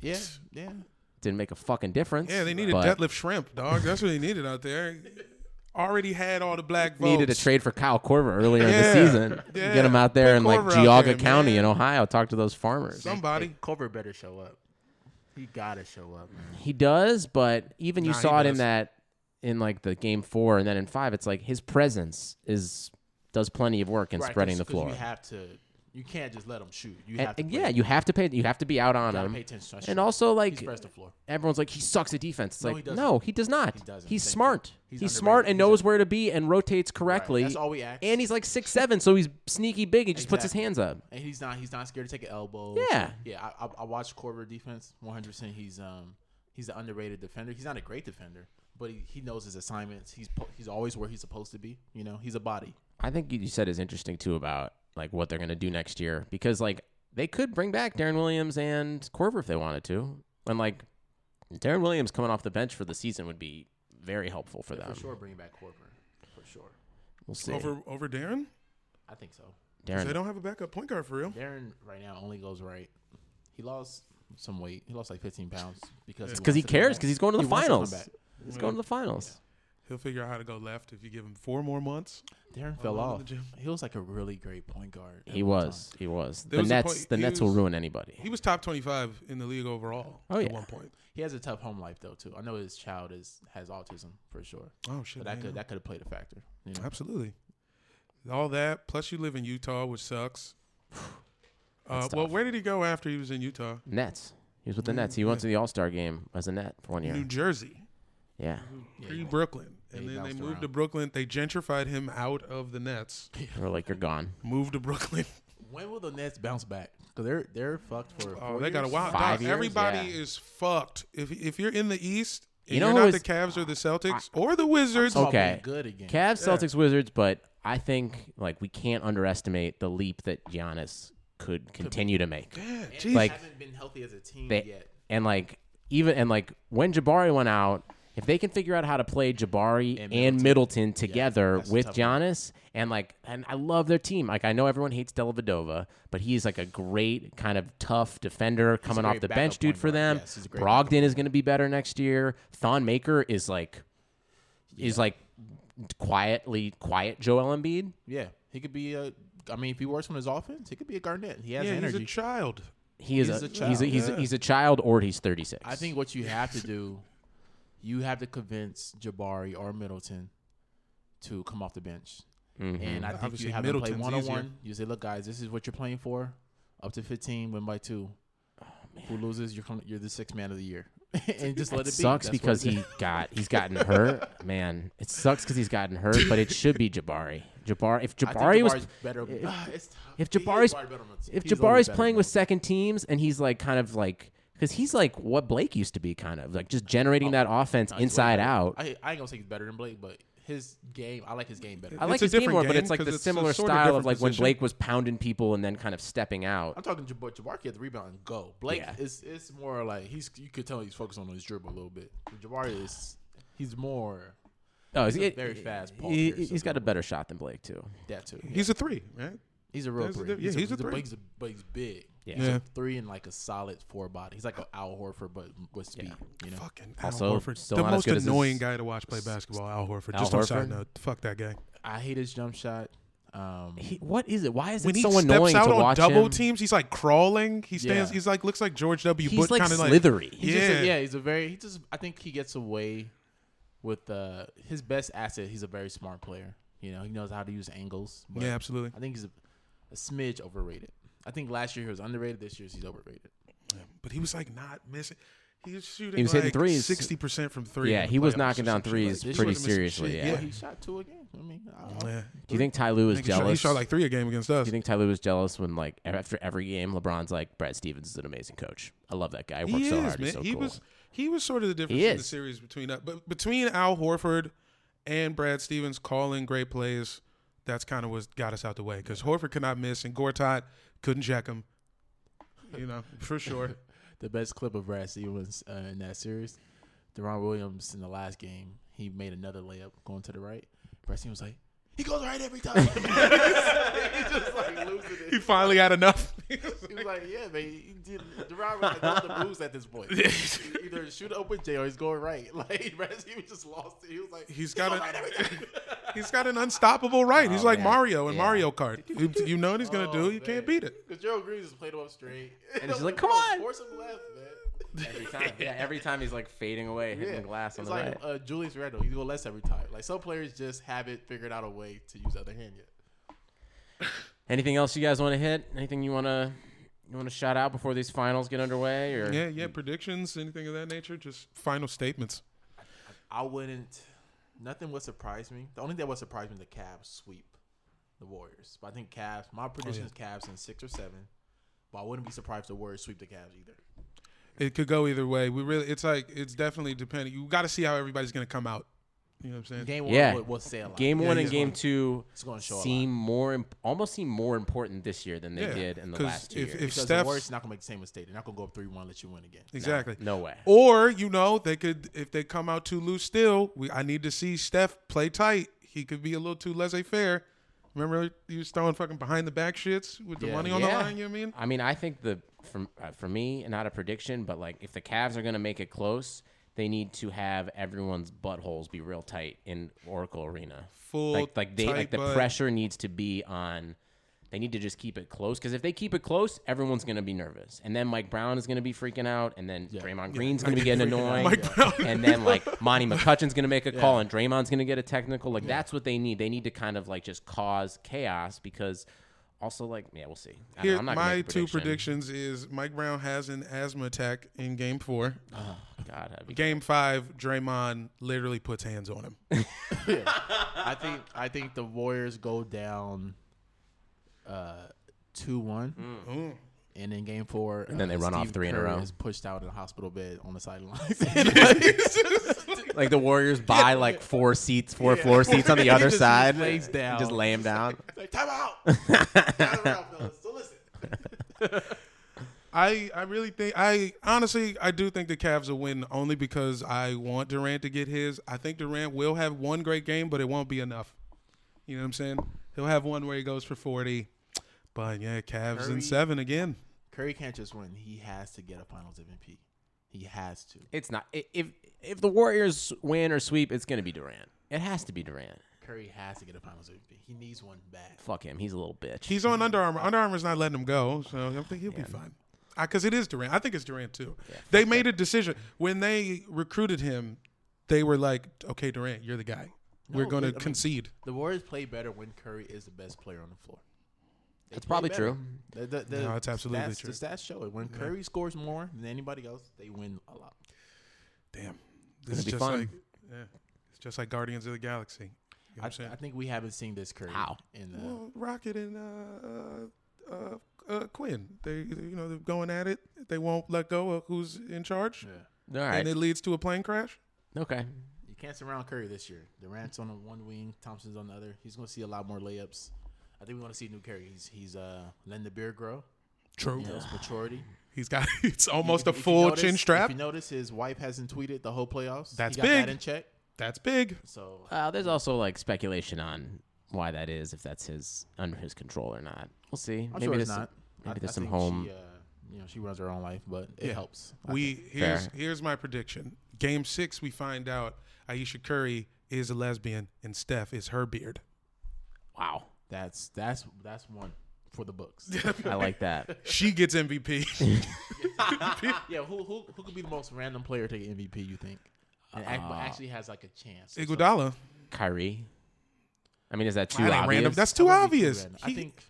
S4: Yeah, yeah.
S2: Didn't make a fucking difference.
S3: Yeah, they needed
S2: but
S3: deadlift shrimp, dog. That's what they needed out there. Already had all the black votes.
S2: Needed a trade for Kyle Corver earlier
S3: Yeah,
S2: in the season.
S3: yeah.
S2: Get him out there
S3: Put
S2: in like
S3: Korver out
S2: Geauga
S3: there,
S2: County
S3: man.
S2: in Ohio. Talk to those farmers.
S3: Somebody.
S4: Culver better show up. He got to show up, man.
S2: He does, but even you
S3: Nah, he
S2: saw it in
S3: does.
S2: that in like the game four and then in five, it's like his presence is does plenty of work in
S4: Right, 'cause-
S2: spreading the
S4: 'cause
S2: floor.
S4: You have to. You can't just let him shoot. You
S2: And-
S4: have to.
S2: and
S4: play-
S2: yeah,
S4: you
S2: you have to pay. You have to be out on
S4: gotta
S2: him.
S4: pay attention. to
S2: and
S4: shoot.
S2: also,
S4: he
S2: like
S4: spreads the floor.
S2: everyone's like, he sucks at defense. It's
S4: No, he
S2: like,
S4: doesn't.
S2: no, he does not.
S4: He doesn't.
S2: He's
S4: Thank
S2: smart.
S4: you.
S2: He's,
S4: He's
S2: smart
S4: underrated.
S2: and
S4: He's
S2: knows
S4: a-
S2: where to be and rotates correctly.
S4: That's all we ask.
S2: And he's like six seven, so he's sneaky big and just puts his
S4: Exactly.
S2: hands up.
S4: And he's not. He's not scared to take an elbow.
S2: Yeah.
S4: Yeah. I, I, I watched Corver defense. One hundred percent. He's um. He's an underrated defender. He's not a great defender, but he, he knows his assignments. He's po- he's always where he's supposed to be. You know, he's a body.
S2: I think you said is interesting too about like what they're gonna do next year because like they could bring back Darren Williams and Corver if they wanted to, and like Darren Williams coming off the bench for the season would be very helpful for them.
S4: For sure, bringing back Corver. For sure.
S2: We'll see.
S3: Over over Darren?
S4: I think so.
S3: Because they
S2: Darren,
S3: don't have a backup point guard for real.
S4: Darren right now only goes right. He lost some weight. He lost like fifteen pounds because
S2: because he
S4: wants to come
S2: cares
S4: back.
S2: because he's going to the
S4: He wants to come
S2: finals.
S4: back.
S2: He's going to the finals.
S3: He'll figure out how to go left if you give him four more months.
S4: Darren fell
S3: Alone in
S4: off.
S3: the gym.
S4: He was like a really great point guard. at
S2: He
S4: one
S2: was.
S4: time.
S2: He was.
S3: There
S2: the
S3: was a
S2: Nets.
S3: point-
S2: the
S3: he
S2: Nets will
S3: was-
S2: ruin anybody.
S3: He was top 25 in the league overall
S2: Oh,
S3: at
S2: yeah.
S3: one point.
S4: He has a tough home life though too. I know his child is has autism for sure,
S3: Oh, shit.
S4: but that
S3: man.
S4: could that could have played a factor. You know?
S3: Absolutely. All that, plus you live in Utah, which sucks. Uh,
S2: That's
S3: well,
S2: tough.
S3: where did he go after he was in Utah?
S2: Nets. He was with the
S3: Mm,
S2: Nets. He went
S3: yeah.
S2: to the All Star game as a Net for one year.
S3: New Jersey.
S2: yeah.
S4: Yeah,
S3: pre
S4: he-
S3: Brooklyn.
S4: Yeah,
S3: And
S4: he
S3: then they
S4: bounced
S3: moved to
S4: around.
S3: Brooklyn. They gentrified him out of the Nets.
S2: They were like, you're gone.
S3: Moved to Brooklyn.
S4: When will the Nets bounce back? Because they're they're fucked for.
S3: Oh,
S4: four
S3: they got a
S4: years?
S3: wild
S2: Five
S3: dog.
S2: years?
S3: Everybody
S2: Yeah.
S3: is fucked. If if you're in the East, and
S2: You know
S3: you're
S2: who
S3: not
S2: is-
S3: the Cavs or the Celtics or the Wizards. oh,
S4: Probably
S2: Okay.
S4: good again.
S2: Cavs,
S3: Yeah.
S2: Celtics, Wizards, but I think like we can't underestimate the leap that Giannis could continue to make.
S3: Yeah,
S4: And
S3: geez.
S4: they
S2: Like-
S4: haven't been healthy as a team
S2: They-
S4: yet.
S2: And like even and like when Jabari went out, if they can figure out how to play Jabari and
S4: And
S2: Middleton,
S4: Middleton.
S2: together
S4: that's a
S2: with
S4: tough one.
S2: Giannis, and like and I love their team. Like I know everyone hates Dellavedova, but he's like a great kind of tough defender coming off
S4: great
S2: the
S4: backup
S2: bench dude
S4: point
S2: for
S4: guard.
S2: them.
S4: Yes, he's a great backup
S2: Brogdon is going to be better next year. Thon Maker is like is like quietly quiet Joel Embiid.
S4: Yeah, he could be a. I mean, if he works on his offense, he could be a Garnett. He has
S3: yeah, he's
S4: energy.
S3: a child.
S2: He is
S4: He's
S2: a,
S4: a
S2: he's a,
S4: child.
S2: he's, a,
S3: Yeah.
S2: he's a child or he's 36.
S4: I think what you have to do, you have to convince Jabari or Middleton to come off the bench.
S2: Mm-hmm.
S4: And I think
S3: Obviously,
S4: you have to play
S3: Middleton's
S4: one on one. You say, look, guys, this is what you're playing for. Up to 15, win by two.
S2: Oh,
S4: Who loses? You're com- you're the sixth man of the year, and just let
S2: it
S4: it be.
S2: sucks
S4: That's what
S2: because
S4: it is.
S2: he got he's gotten hurt, man. It sucks because he's gotten hurt, but it should be Jabari. Jabari, if
S4: I think
S2: Jabari was,
S4: Jabari's better. Ah,
S2: if-
S4: It's tough.
S2: if
S4: He is
S2: Jabari's-
S4: Jabari better on the team.
S2: if
S4: He's a little
S2: Jabari's
S4: better
S2: playing
S4: than
S2: with
S4: him.
S2: second teams and he's like kind of like because he's like what Blake used to be, kind of like just
S3: Oh,
S2: generating that offense
S4: No, he's way
S2: inside
S4: better.
S2: out.
S4: I, I ain't gonna say he's better than Blake, but his game, I like his game better.
S2: I like
S3: a
S2: his game
S3: different
S2: more, but
S3: game
S2: it's like
S3: 'cause
S2: the
S3: it's a
S2: similar
S3: sort of
S2: style of
S3: different
S2: like when
S3: position.
S2: Blake was pounding people and then kind of stepping out.
S4: I'm talking Jab- Jabari had the rebound and go. Blake
S2: Yeah.
S4: is it's more like he's you could tell he's focused on his dribble a little bit. Jabari is he's more
S2: Oh,
S4: he's a
S2: it-
S4: very fast Paul
S2: He,
S4: Pierce
S2: he's got a
S4: available.
S2: better shot than Blake too.
S4: that too.
S3: He's a three, right?
S4: He's a real
S3: There's a
S4: three.
S3: diff- yeah, he's a
S4: big-
S3: three.
S4: He's a, but he's big.
S2: Yeah.
S4: He's
S3: Yeah.
S4: a three and like a solid four body. He's like an Al Horford, but with speed. You know,
S3: Fucking Al
S2: Also,
S3: Horford,
S2: still
S3: the
S2: not as
S3: most
S2: good as his-
S3: annoying guy to watch play basketball. Al Horford.
S2: Al
S3: Just on a side
S2: Horford?
S3: note, fuck that guy.
S4: I hate his jump shot. Um,
S2: He, what is it? Why is
S3: When
S2: it
S3: he
S2: so
S3: steps
S2: annoying
S3: out
S2: to
S3: on
S2: watch
S3: double
S2: him?
S3: teams, he's like crawling. He stands.
S4: Yeah.
S3: He's like looks like George W.
S2: He's
S3: Bush,
S2: like
S3: kind of like
S2: slithery.
S4: He's just
S3: Yeah.
S4: a, yeah, he's a very he just I think he gets away with uh his best asset. He's a very smart player. You know, he knows how to use angles. but
S3: Yeah, absolutely.
S4: I think he's a, a smidge overrated. I think last year he was underrated. This year he's overrated.
S3: But he was like not missing. He was shooting.
S2: He was hitting
S3: like
S2: threes.
S3: Sixty percent from three.
S2: Yeah,
S3: in the
S2: he was
S3: playoffs or
S2: knocking down
S3: some shit like
S2: threes
S3: that.
S4: pretty
S3: He wasn't missing
S2: seriously,
S3: shit.
S2: yeah.
S4: He shot two again. I mean, I don't know.
S3: Yeah.
S2: Do you think Ty Lue
S3: I
S2: is
S3: think He shot,
S2: jealous?
S3: he shot like three a game against us.
S2: Do you think Ty Lue was jealous when, like, e-, after every game, LeBron's like, Brad Stevens is an amazing coach. I love that guy. He works
S3: he
S2: so
S3: is,
S2: hard.
S3: man.
S2: He's so
S3: he
S2: cool.
S3: was he was sort of the difference
S2: He
S3: in the
S2: is.
S3: series between us. But between Al Horford and Brad Stevens calling great plays, that's kind of what got us out the way because Horford could not miss and Gortat couldn't check him. You know, for sure.
S4: The best clip of Brad Stevens uh, in that series, Deron Williams in the last game, he made another layup going to the right. Brad Stevens was like, he goes right every time. he just like losing it.
S3: he finally had enough.
S4: He was like, yeah, man. He did, Deron was like, all the moves at this point. Either shoot an open J or he's going right. Like, Brad Stevens just lost it. He was like,
S3: He's
S4: "He
S3: got
S4: goes
S3: a-
S4: right every time."
S3: he's got an unstoppable right. he's
S2: Oh,
S3: like
S2: man.
S3: Mario in
S2: Yeah.
S3: Mario Kart. You, you know what he's gonna do.
S4: Oh,
S3: You can't
S4: man.
S3: beat it.
S4: Because Gerald Green just played him up straight.
S2: And
S4: I
S2: she's
S4: was
S2: like, "Come
S4: "Bro,
S2: on."
S4: Force him left, man.
S2: Every time, yeah, every time he's like fading away, hitting the glass on
S4: it's
S2: the
S4: like
S2: right.
S4: uh, Julius Randle. You go less every time. Like some players just haven't figured out a way to use the other hand yet.
S2: Anything else you guys want to hit? Anything you want to you want to shout out before these finals get underway? Or
S3: Yeah, yeah. Predictions, anything of that nature. Just final statements.
S4: I wouldn't. Nothing would surprise me. The only thing that would surprise me is the Cavs sweep the Warriors. But I think Cavs. My prediction is Cavs in six or seven. But I wouldn't be surprised if the Warriors sweep the Cavs either.
S3: it could go either way. We really, it's like it's definitely depending. You got to see how everybody's gonna come out. You know what I'm saying?
S4: Game one
S2: Yeah.
S4: will, will say a lot.
S2: game
S3: Yeah,
S2: one
S3: he's
S2: and game
S3: gonna-
S2: two
S4: It's gonna show a lot.
S2: seem more imp- almost seem more important this year than they
S3: Yeah,
S2: did in the
S3: 'cause
S2: last two
S3: if-
S2: years.
S3: if-
S4: because
S3: Steph's-
S4: the Warriors not gonna make the same mistake. They're not gonna go up three one, let you win again.
S3: Exactly.
S2: no way.
S3: Or you know they could if they come out too loose. Still, we I need to see Steph play tight. He could be a little too laissez faire. Remember he was throwing fucking behind the back shits with the
S4: Yeah.
S3: money on the
S2: Yeah.
S3: line. You know what I mean?
S2: I mean, I think the from uh, for me, not a prediction, but like if the Cavs are going to make it close, they need to have everyone's buttholes be real tight in Oracle Arena.
S3: Full
S2: Like like they
S3: tight
S2: like the
S3: butt.
S2: pressure needs to be on. They need to just keep it close because if they keep it close, everyone's gonna be nervous, and then Mike Brown is gonna be freaking out, and then Draymond Green's gonna be getting annoyed,
S3: Mike Brown.
S2: and then like Monty McCutcheon's gonna make a call, and Draymond's gonna get a technical. Like that's what they need. They need to kind of like just cause chaos because. Also, like, yeah, we'll see. I don't know.
S3: Here,
S2: I'm not gonna
S3: my
S2: make a
S3: two
S2: prediction.
S3: predictions is Mike Brown has an asthma attack in Game Four.
S2: God, that'd be-
S3: Game Five, Draymond literally puts hands on him.
S4: I think I think the Warriors go down uh two one. And in game four, and
S2: then they run off three in a row.
S4: Is pushed out in a hospital bed on the sidelines.
S2: like the Warriors buy like four seats, four floor seats on the other
S4: just
S2: side.
S4: lays
S2: and
S4: down.
S2: Just lay him down.
S4: like, time out. Time out, fellas. So listen.
S3: I, I really think I honestly I do think the Cavs will win only because I want Durant to get his. I think Durant will have one great game, but it won't be enough. You know what I'm saying? He'll have one where he goes for 40. But yeah, Cavs in
S4: Curry.
S3: seven again.
S4: Curry can't just win. He has to get a Finals MVP. He has to.
S2: It's not i- if if the Warriors win or sweep, it's gonna be Durant. It has to be Durant.
S4: Curry has to get a Finals MVP. He needs one bad.
S2: Fuck him. He's a little bitch.
S3: He's on Under Armour. Under Armour's not letting him go, so I think he'll be fine. Because it is Durant. I think it's Durant too. they made a decision when they recruited him. They were like, "Okay, Durant, you're the guy. We're
S4: No,
S3: going
S4: I
S3: to
S4: mean-
S3: concede."
S4: The Warriors play better when Curry is the best player on the floor. They
S2: That's
S4: play
S2: probably
S4: better.
S2: true.
S4: The, the, the
S3: No, that's absolutely
S4: stats-
S3: true.
S4: The stats show it. When Curry scores more than anybody else, they win a lot.
S3: Damn, this is
S2: be
S3: just
S2: fun.
S3: like yeah, it's just like Guardians of the Galaxy. You know what
S4: I,
S3: I'm saying?
S4: I think we haven't seen this Curry.
S2: How?
S4: In the,
S3: well, Rocket and uh, uh, uh, uh, Quinn, they you know they're going at it. They won't let go of who's in charge,
S4: yeah.
S2: All right.
S3: and it leads to a plane crash.
S2: okay.
S4: You can't surround Curry this year. Durant's on the one wing, Thompson's on the other. He's going to see a lot more layups. I think we want to see a new Curry. He's he's uh, letting the beard grow.
S3: True,
S4: You know, it's maturity.
S3: he's got it's almost a
S4: If you
S3: full
S4: notice-
S3: chin strap.
S4: If you notice, his wife hasn't tweeted the whole playoffs.
S3: That's
S4: he got that
S3: big.
S4: in check.
S3: That's big.
S4: So
S2: Uh, there's also like speculation on why that is, if that's his under his control or not. We'll see.
S4: I'm sure it's
S2: there's-
S4: not.
S2: maybe there's some
S4: think
S2: home-
S4: She, uh, you know, she runs her own life, but it
S3: Yeah.
S4: helps.
S3: We here's
S2: Fair.
S3: here's my prediction. Game six, we find out Aisha Curry is a lesbian and Steph is her beard.
S4: uh,
S2: Wow.
S4: That's that's that's one for the books.
S2: I like that.
S3: She gets MVP.
S4: yeah, who who who could be the most random player to get MVP? You think? And act-
S3: Uh,
S4: but actually has like a chance. or something.
S3: Iguodala.
S2: Kyrie. I mean, is that too
S3: That ain't
S2: obvious?
S3: random. That's
S4: That
S3: too
S4: wouldn't be too
S3: obvious.
S4: random.
S3: He-
S4: I think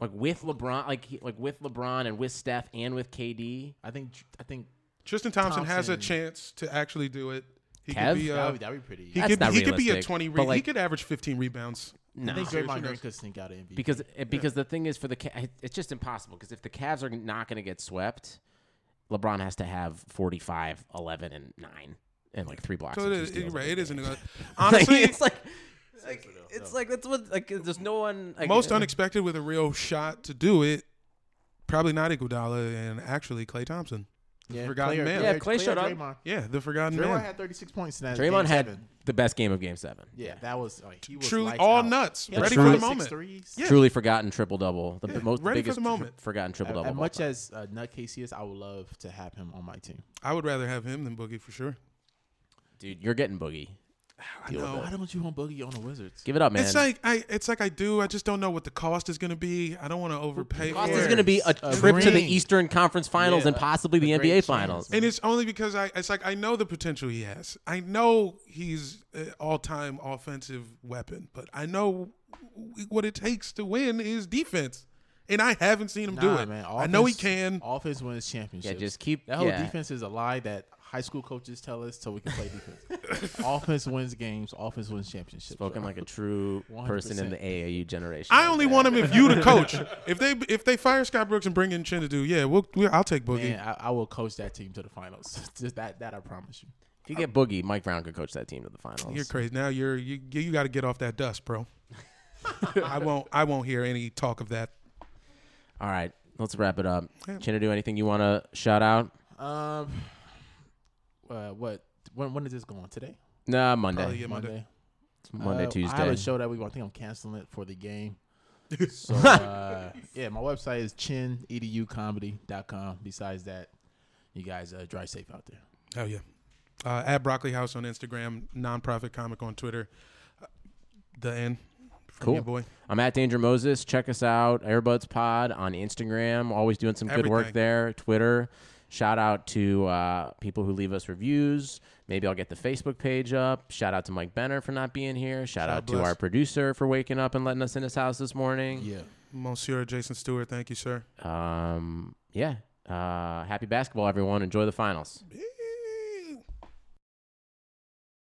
S2: like with LeBron, like he, like with LeBron and with Steph and with KD.
S4: I think I think
S3: Tristan Thompson, has a
S4: Thompson.
S3: chance to actually do it. He
S2: Kev?
S3: could be
S4: that
S3: a,
S4: would that would be pretty.
S3: Uh, he
S4: I
S2: That's
S3: could,
S2: not
S3: he could be a
S2: realistic,
S3: twenty. Re-
S2: but, like-
S3: he could average fifteen rebounds.
S2: No,
S4: think
S3: Seriously,
S4: Draymond Green
S3: that's-
S4: could sneak out an MVP.
S2: because it, because the thing is for the Ca- it's just impossible because if the Cavs are not going to get swept, LeBron has to have 45, 11 and 9 and like three blocks.
S3: So
S2: and
S3: it
S2: two
S3: is,
S2: steals
S3: uh, right,
S2: every
S3: it isn't.
S2: game.
S3: gonna-
S2: Like,
S3: Honestly,
S2: it's like it's like it's like that's what like there's no one like,
S3: most unexpected with a real shot to do it. Probably not Iguodala and actually Clay Thompson.
S4: yeah,
S3: forgotten
S4: player-
S3: man.
S2: Yeah,
S4: player-
S2: Clay
S4: player
S2: showed up.
S4: Draymond,
S3: Yeah, the forgotten
S4: Draymond
S3: man.
S4: had 36 points in that.
S2: Draymond
S4: game
S2: had
S4: seven.
S2: the best game of Game Seven.
S4: Yeah, that was like, he was
S3: Truly,
S4: lights
S3: all
S4: out.
S3: nuts.
S4: He had
S3: Ready
S4: like
S3: for the
S4: six
S3: moment.
S4: threes.
S3: Yeah.
S2: Truly forgotten triple double. The most
S3: ready for
S2: biggest
S3: the
S2: tr-
S3: moment.
S2: forgotten triple double.
S4: As much as uh, nutcase he is, I would love to have him on my team.
S3: I would rather have him than Boogie for sure.
S2: dude, you're getting boogie.
S3: I know.
S4: Why don't you want Boogie on the Wizards?
S2: Give it up, man.
S3: It's like I, it's like I do. I just don't know what the cost is going to be. I don't want to overpay.
S2: Cost
S3: for
S2: is
S3: it.
S2: going to be a
S4: A
S2: trip to the
S4: ring.
S2: Eastern Conference Finals
S4: Yeah,
S2: and possibly
S4: a
S2: the
S4: great
S2: NBA
S4: chance.
S2: Finals.
S3: and it's only because I, it's like I know the potential he has. I know he's an all-time offensive weapon, but I know w- what it takes to win is defense, and I haven't seen him do
S4: Nah,
S3: it.
S4: man.
S3: I know he
S4: Offense-
S3: can.
S4: Offense wins championships.
S2: Yeah, just keep-
S4: that whole
S2: yeah.
S4: defense is a lie that high school coaches tell us so we can play defense. offense wins games. Offense wins championships.
S2: Spoken
S4: bro.
S2: like a true person in
S4: 100%.
S2: the AAU generation.
S3: I only want him if you the coach. if they if they fire Scott Brooks and bring in Chin to do, yeah, we'll, we I'll take Boogie.
S4: Man, I, I will coach that team to the finals. just that, that I promise you.
S2: If you get Boogie, Mike Brown could coach that team to the finals.
S3: You're crazy. Now you're you you got to get off that dust, bro. I won't I won't hear any talk of that.
S2: All right, let's wrap it up. Chinadu, anything you want to shout out?
S4: Um, uh, what? When, when is this going today?
S2: Nah, Monday,
S3: Probably, yeah, Monday.
S2: It's Monday,
S4: Uh,
S2: Tuesday.
S4: I have a show that week. I think I'm canceling it for the game. So uh, yeah, my website is E chineducomedy.com. Besides that, you guys uh, drive safe out there.
S3: Oh yeah. uh, at Broccoli House on Instagram, nonprofit comic on Twitter. Uh, The end. From
S2: Cool.
S3: your boy.
S2: I'm at Danger Moses. Check us out, Airbuds Pod on Instagram. Always doing some good work
S3: Everything.
S2: there. Twitter. Shout out to uh, people who leave us reviews. Maybe I'll get the Facebook page up. Shout out to Mike Benner for not being here. Shout
S3: God
S2: out to
S3: bless.
S2: our producer for waking up and letting us in his house this morning.
S4: Yeah.
S3: Monsieur Jason Stewart, thank you, sir.
S2: Um, yeah. Uh, happy basketball, everyone. Enjoy the finals.
S3: Yeah.